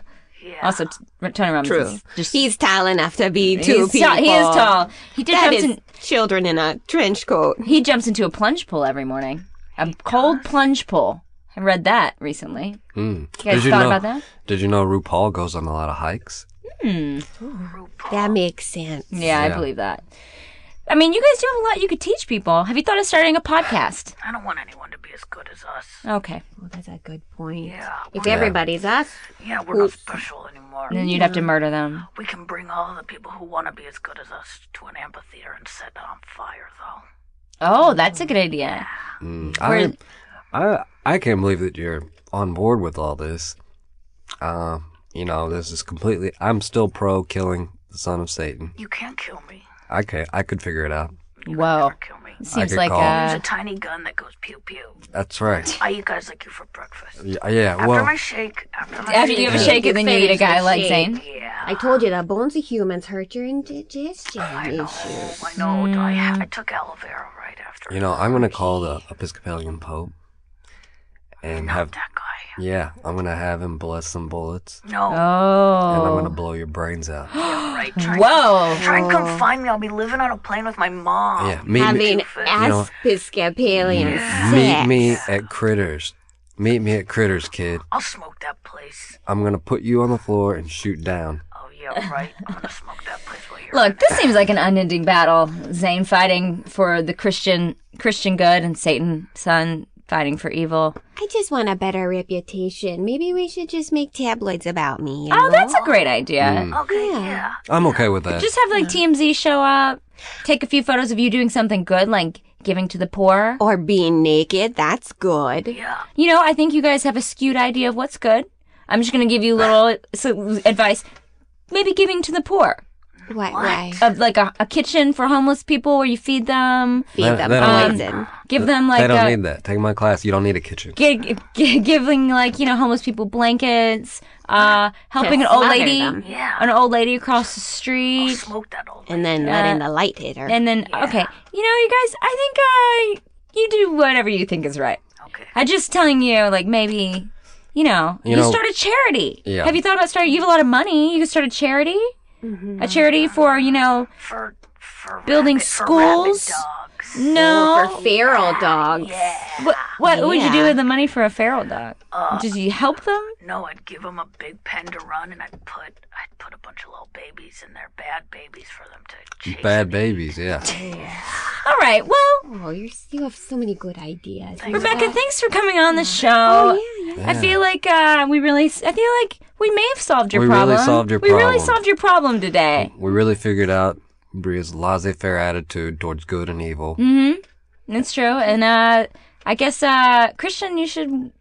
S3: Also, t- Tony Robbins. Is just
S5: He's tall enough to be
S3: he's
S5: two people.
S3: tall- He is tall. He just
S5: That
S3: jumps
S5: is
S3: in,
S5: children in a trench coat.
S3: he jumps into a plunge pool every morning. A cold plunge pool. I read that recently. You guys
S4: Hmm. you
S3: thought
S4: know,
S3: about that?
S4: Did you know RuPaul goes on a lot of hikes?
S5: That makes sense.
S3: Yeah, I believe that. I mean, you guys do have a lot you could teach people. Have you thought of starting a podcast?
S6: I don't want anyone to be as good as us.
S3: Okay.
S5: Well, that's a good point.
S6: Yeah.
S5: If everybody's us,
S6: Yeah, we're not special anymore.
S3: And then you'd have to murder them.
S6: We can bring all the people who want to be as good as us to an amphitheater and set it on fire, though.
S3: Oh, that's a good idea.
S4: Hmm. I, I, I can't believe that you're on board with all this. Uh, you know, this is completely. I'm still pro killing the son of Satan.
S6: You can't kill me.
S4: I can I could figure it out.
S3: Whoa.
S6: Kill me.
S3: It seems
S4: could
S3: like
S4: call.
S6: There's
S3: uh
S6: a tiny gun that goes pew pew.
S4: That's right.
S6: I eat guys like you for breakfast.
S4: Yeah, yeah
S6: After
S4: well,
S6: my shake, after my
S3: after you have
S5: Yeah.
S3: a shake and then you eat a guy like
S5: Shake.
S3: Zane.
S6: Yeah.
S5: I told you the bones of humans hurt your indigestion issues.
S6: I know. do I, ha- I took aloe vera right after.
S4: Hmm. you know, I'm gonna call the Episcopalian Pope and have.
S6: that guy.
S4: Yeah, I'm gonna have him bless some bullets,
S6: No.
S4: and I'm
S3: Oh.
S4: gonna blow your brains out.
S6: right. Try,
S3: Whoa.
S6: try and come find me. I'll be living on a plane with my mom.
S4: Oh. Yeah, meet
S5: Having
S4: me, You know-
S5: Episcopalian
S4: meet
S5: sex.
S4: me at Critters. Meet me at Critters, kid.
S6: I'll smoke that place.
S4: I'm gonna put you on the floor and shoot down.
S6: Oh yeah.
S7: All right, I'm gonna smoke that place while you're.
S3: Look, this seems like an unending battle. Zane fighting for the Christian Christian good and Satan son fighting for evil.
S5: I just want a better reputation. Maybe we should just make tabloids about me. you
S3: Oh,
S5: know?
S3: that's a great idea.
S4: Hmm,
S7: Okay, yeah.
S4: I'm okay with that.
S3: Just have like TMZ show up, take a few photos of you doing something good, like giving to the poor.
S5: or being naked. That's good.
S3: You know, I think you guys have a skewed idea of what's good. I'm just gonna give you a little so, advice. Maybe giving to the poor,
S5: What? Why?
S4: Oh,
S3: of like a, a kitchen for homeless people where you feed them,
S5: Feed
S4: That-
S5: them
S4: that'll work.
S5: poison.
S3: give them
S4: they
S3: like
S4: don't
S3: a,
S4: need that. Take my class. You don't need a kitchen.
S3: gi- gi- giving like you know homeless people blankets, uh, helping an
S5: To
S3: old
S5: smother
S3: lady,
S5: them.
S3: an old lady across the street,
S7: Smoke that old.
S5: And then letting the light hit her.
S3: and then okay, you know, you guys, I think uh, you do whatever you think is right.
S7: Okay.
S3: I'm just telling you, like maybe, you know, you,
S4: You know-
S3: start a charity.
S4: Yeah.
S3: Have you thought about starting? You have a lot of money. You could start a charity. A charity for you know
S7: Mm-hmm. For for
S3: building
S7: rabbit- for rabbit
S3: schools.
S7: dogs.
S3: No.
S4: oh,
S5: for feral dogs.
S3: what what would you do
S5: Yeah.
S3: with the money for a feral dog?
S7: Uh,
S3: Did you help them?
S7: No, I'd give them a big pen to run, and I'd put I'd put a bunch of little babies in there, bad babies for them to chase.
S4: Bad babies, yeah.
S3: All right. Well,
S5: Oh, you're, you have so many good ideas. Oh,
S3: Rebecca, thanks for coming on the show. I feel like uh, we really. I feel like we may have solved your
S4: We really
S3: problem.
S4: solved your
S3: we really
S4: problem.
S3: solved your problem today.
S4: We really figured out Bria's laissez-faire attitude towards good and evil.
S3: Mm. That's true. And uh, I guess uh, Christian, you should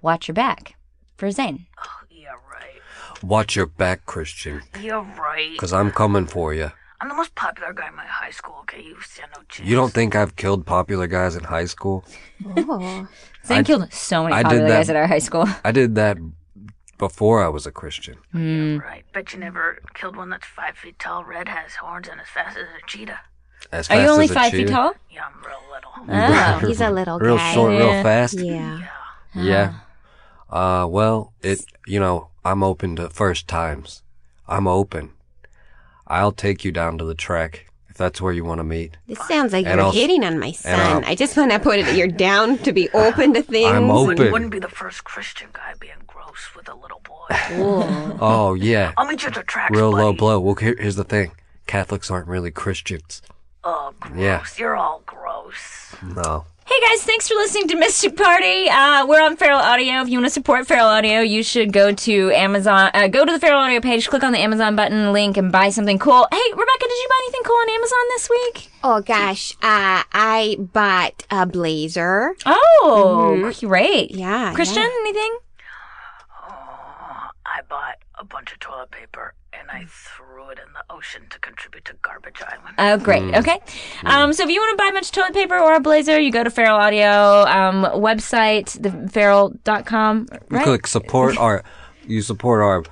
S3: watch your back for Zane.
S7: Yeah, right.
S4: Watch your back, Christian,
S7: Yeah, right.
S4: because I'm coming for you.
S7: I'm the most popular guy in my high school. Okay, you stand no chance.
S4: You don't think I've killed popular guys in high school?
S5: Oh.
S3: Zane
S4: I-
S3: killed so many
S4: I did
S3: popular
S4: that-
S3: guys at our high school.
S4: I did that before I was a Christian.
S7: Right. Bet you never killed one that's five feet tall, red, has horns, and as fast as a cheetah.
S4: As
S3: Are you
S4: fast
S3: only
S4: as a
S3: five feet
S4: cheetah.
S3: tall?
S7: Yeah, I'm real little.
S5: Oh, he's a little
S4: real
S5: guy.
S4: short,
S3: Yeah.
S4: real fast.
S5: Yeah.
S4: Yeah. Uh, well, it, you know, I'm open to first times. I'm open. I'll take you down to the track if that's where you want to meet.
S5: This sounds like
S4: And
S5: you're
S4: I'll-
S5: hitting on my son.
S4: I'll-
S5: I just want to put it. You're down to be open to things.
S4: I'm
S7: You wouldn't
S4: open.
S7: be the first Christian guy being gross with a little boy.
S4: Oh, yeah.
S7: I'll meet you at the tracks,
S4: Real low
S7: buddy.
S4: blow. Well, here, here's the thing Catholics aren't really Christians.
S7: Oh, gross.
S4: Yeah.
S7: You're all gross.
S4: No.
S3: Hey guys, thanks for listening to Mystic Party. Uh, we're on Feral Audio. If you want to support Feral Audio, you should go to Amazon. Uh, go to the Feral Audio page, click on the Amazon button link, and buy something cool. Hey, Rebecca, did you buy anything cool on Amazon this week?
S5: Oh gosh, uh, I bought a blazer.
S3: Oh, great.
S5: Yeah,
S3: Christian, anything?
S7: I bought a bunch of toilet paper and I threw it in the ocean to contribute to Garbage Island.
S3: Oh, great. Okay. Um, so if you want to buy much toilet paper or a blazer, you go to Feral Audio um, website, theferal.com,
S4: You
S3: right?
S4: click support our, you support our,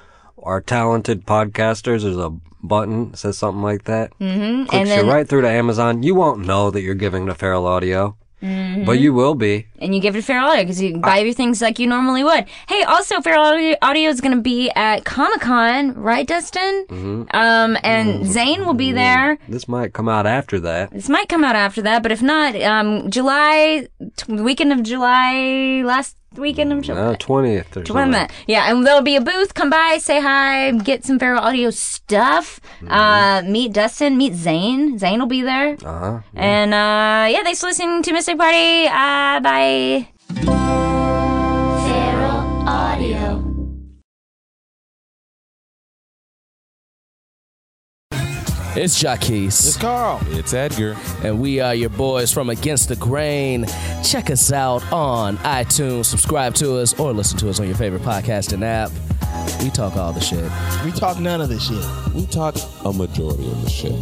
S4: our talented podcasters. There's a button that says something like that. Mm-hmm. Clicks
S3: and then-
S4: you right through to Amazon. You won't know that you're giving to Feral Audio,
S3: Mm-hmm.
S4: but you will be.
S3: and you give it to Feral Audio because you can buy your things like you normally would. Hey, also Feral Audio- Audio is going to be at Comic Con, right, Dustin?
S4: Mm-hmm.
S3: Um, and Zane will be there.
S4: This might come out after that.
S3: This might come out after that, but if not, um, July t- weekend of July, last weekend of July.
S4: No, twentieth or
S3: Wait a
S4: something.
S3: minute. Yeah, and there'll be a booth. Come by, say hi, get some Feral Audio stuff.
S4: Mm-hmm.
S3: Uh, meet Dustin, meet Zane. Zane will be there.
S4: Uh huh.
S3: And uh, yeah, thanks for listening to Mystic Party. Uh, bye.
S2: Feral Audio.
S8: It's Jaquez.
S9: Carl. It's Edgar.
S8: And we are your boys from Against the Grain. Check us out on iTunes, subscribe to us, or listen to us on your favorite podcasting app. We talk all the shit.
S9: We talk none of this shit. We talk a majority of the shit.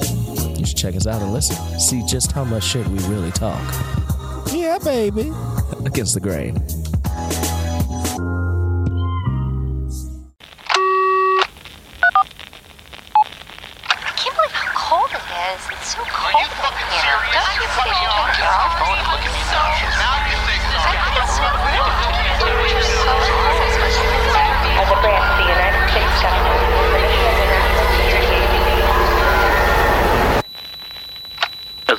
S8: You should check us out and listen. See just how much shit we really talk.
S9: Yeah, baby.
S8: Against the Grain.
S10: I can't believe how cold it is. It's so cold Are you fucking here. serious? Don't you fucking on your phone and look at me now. Now you think so. I think it's so real. You're so As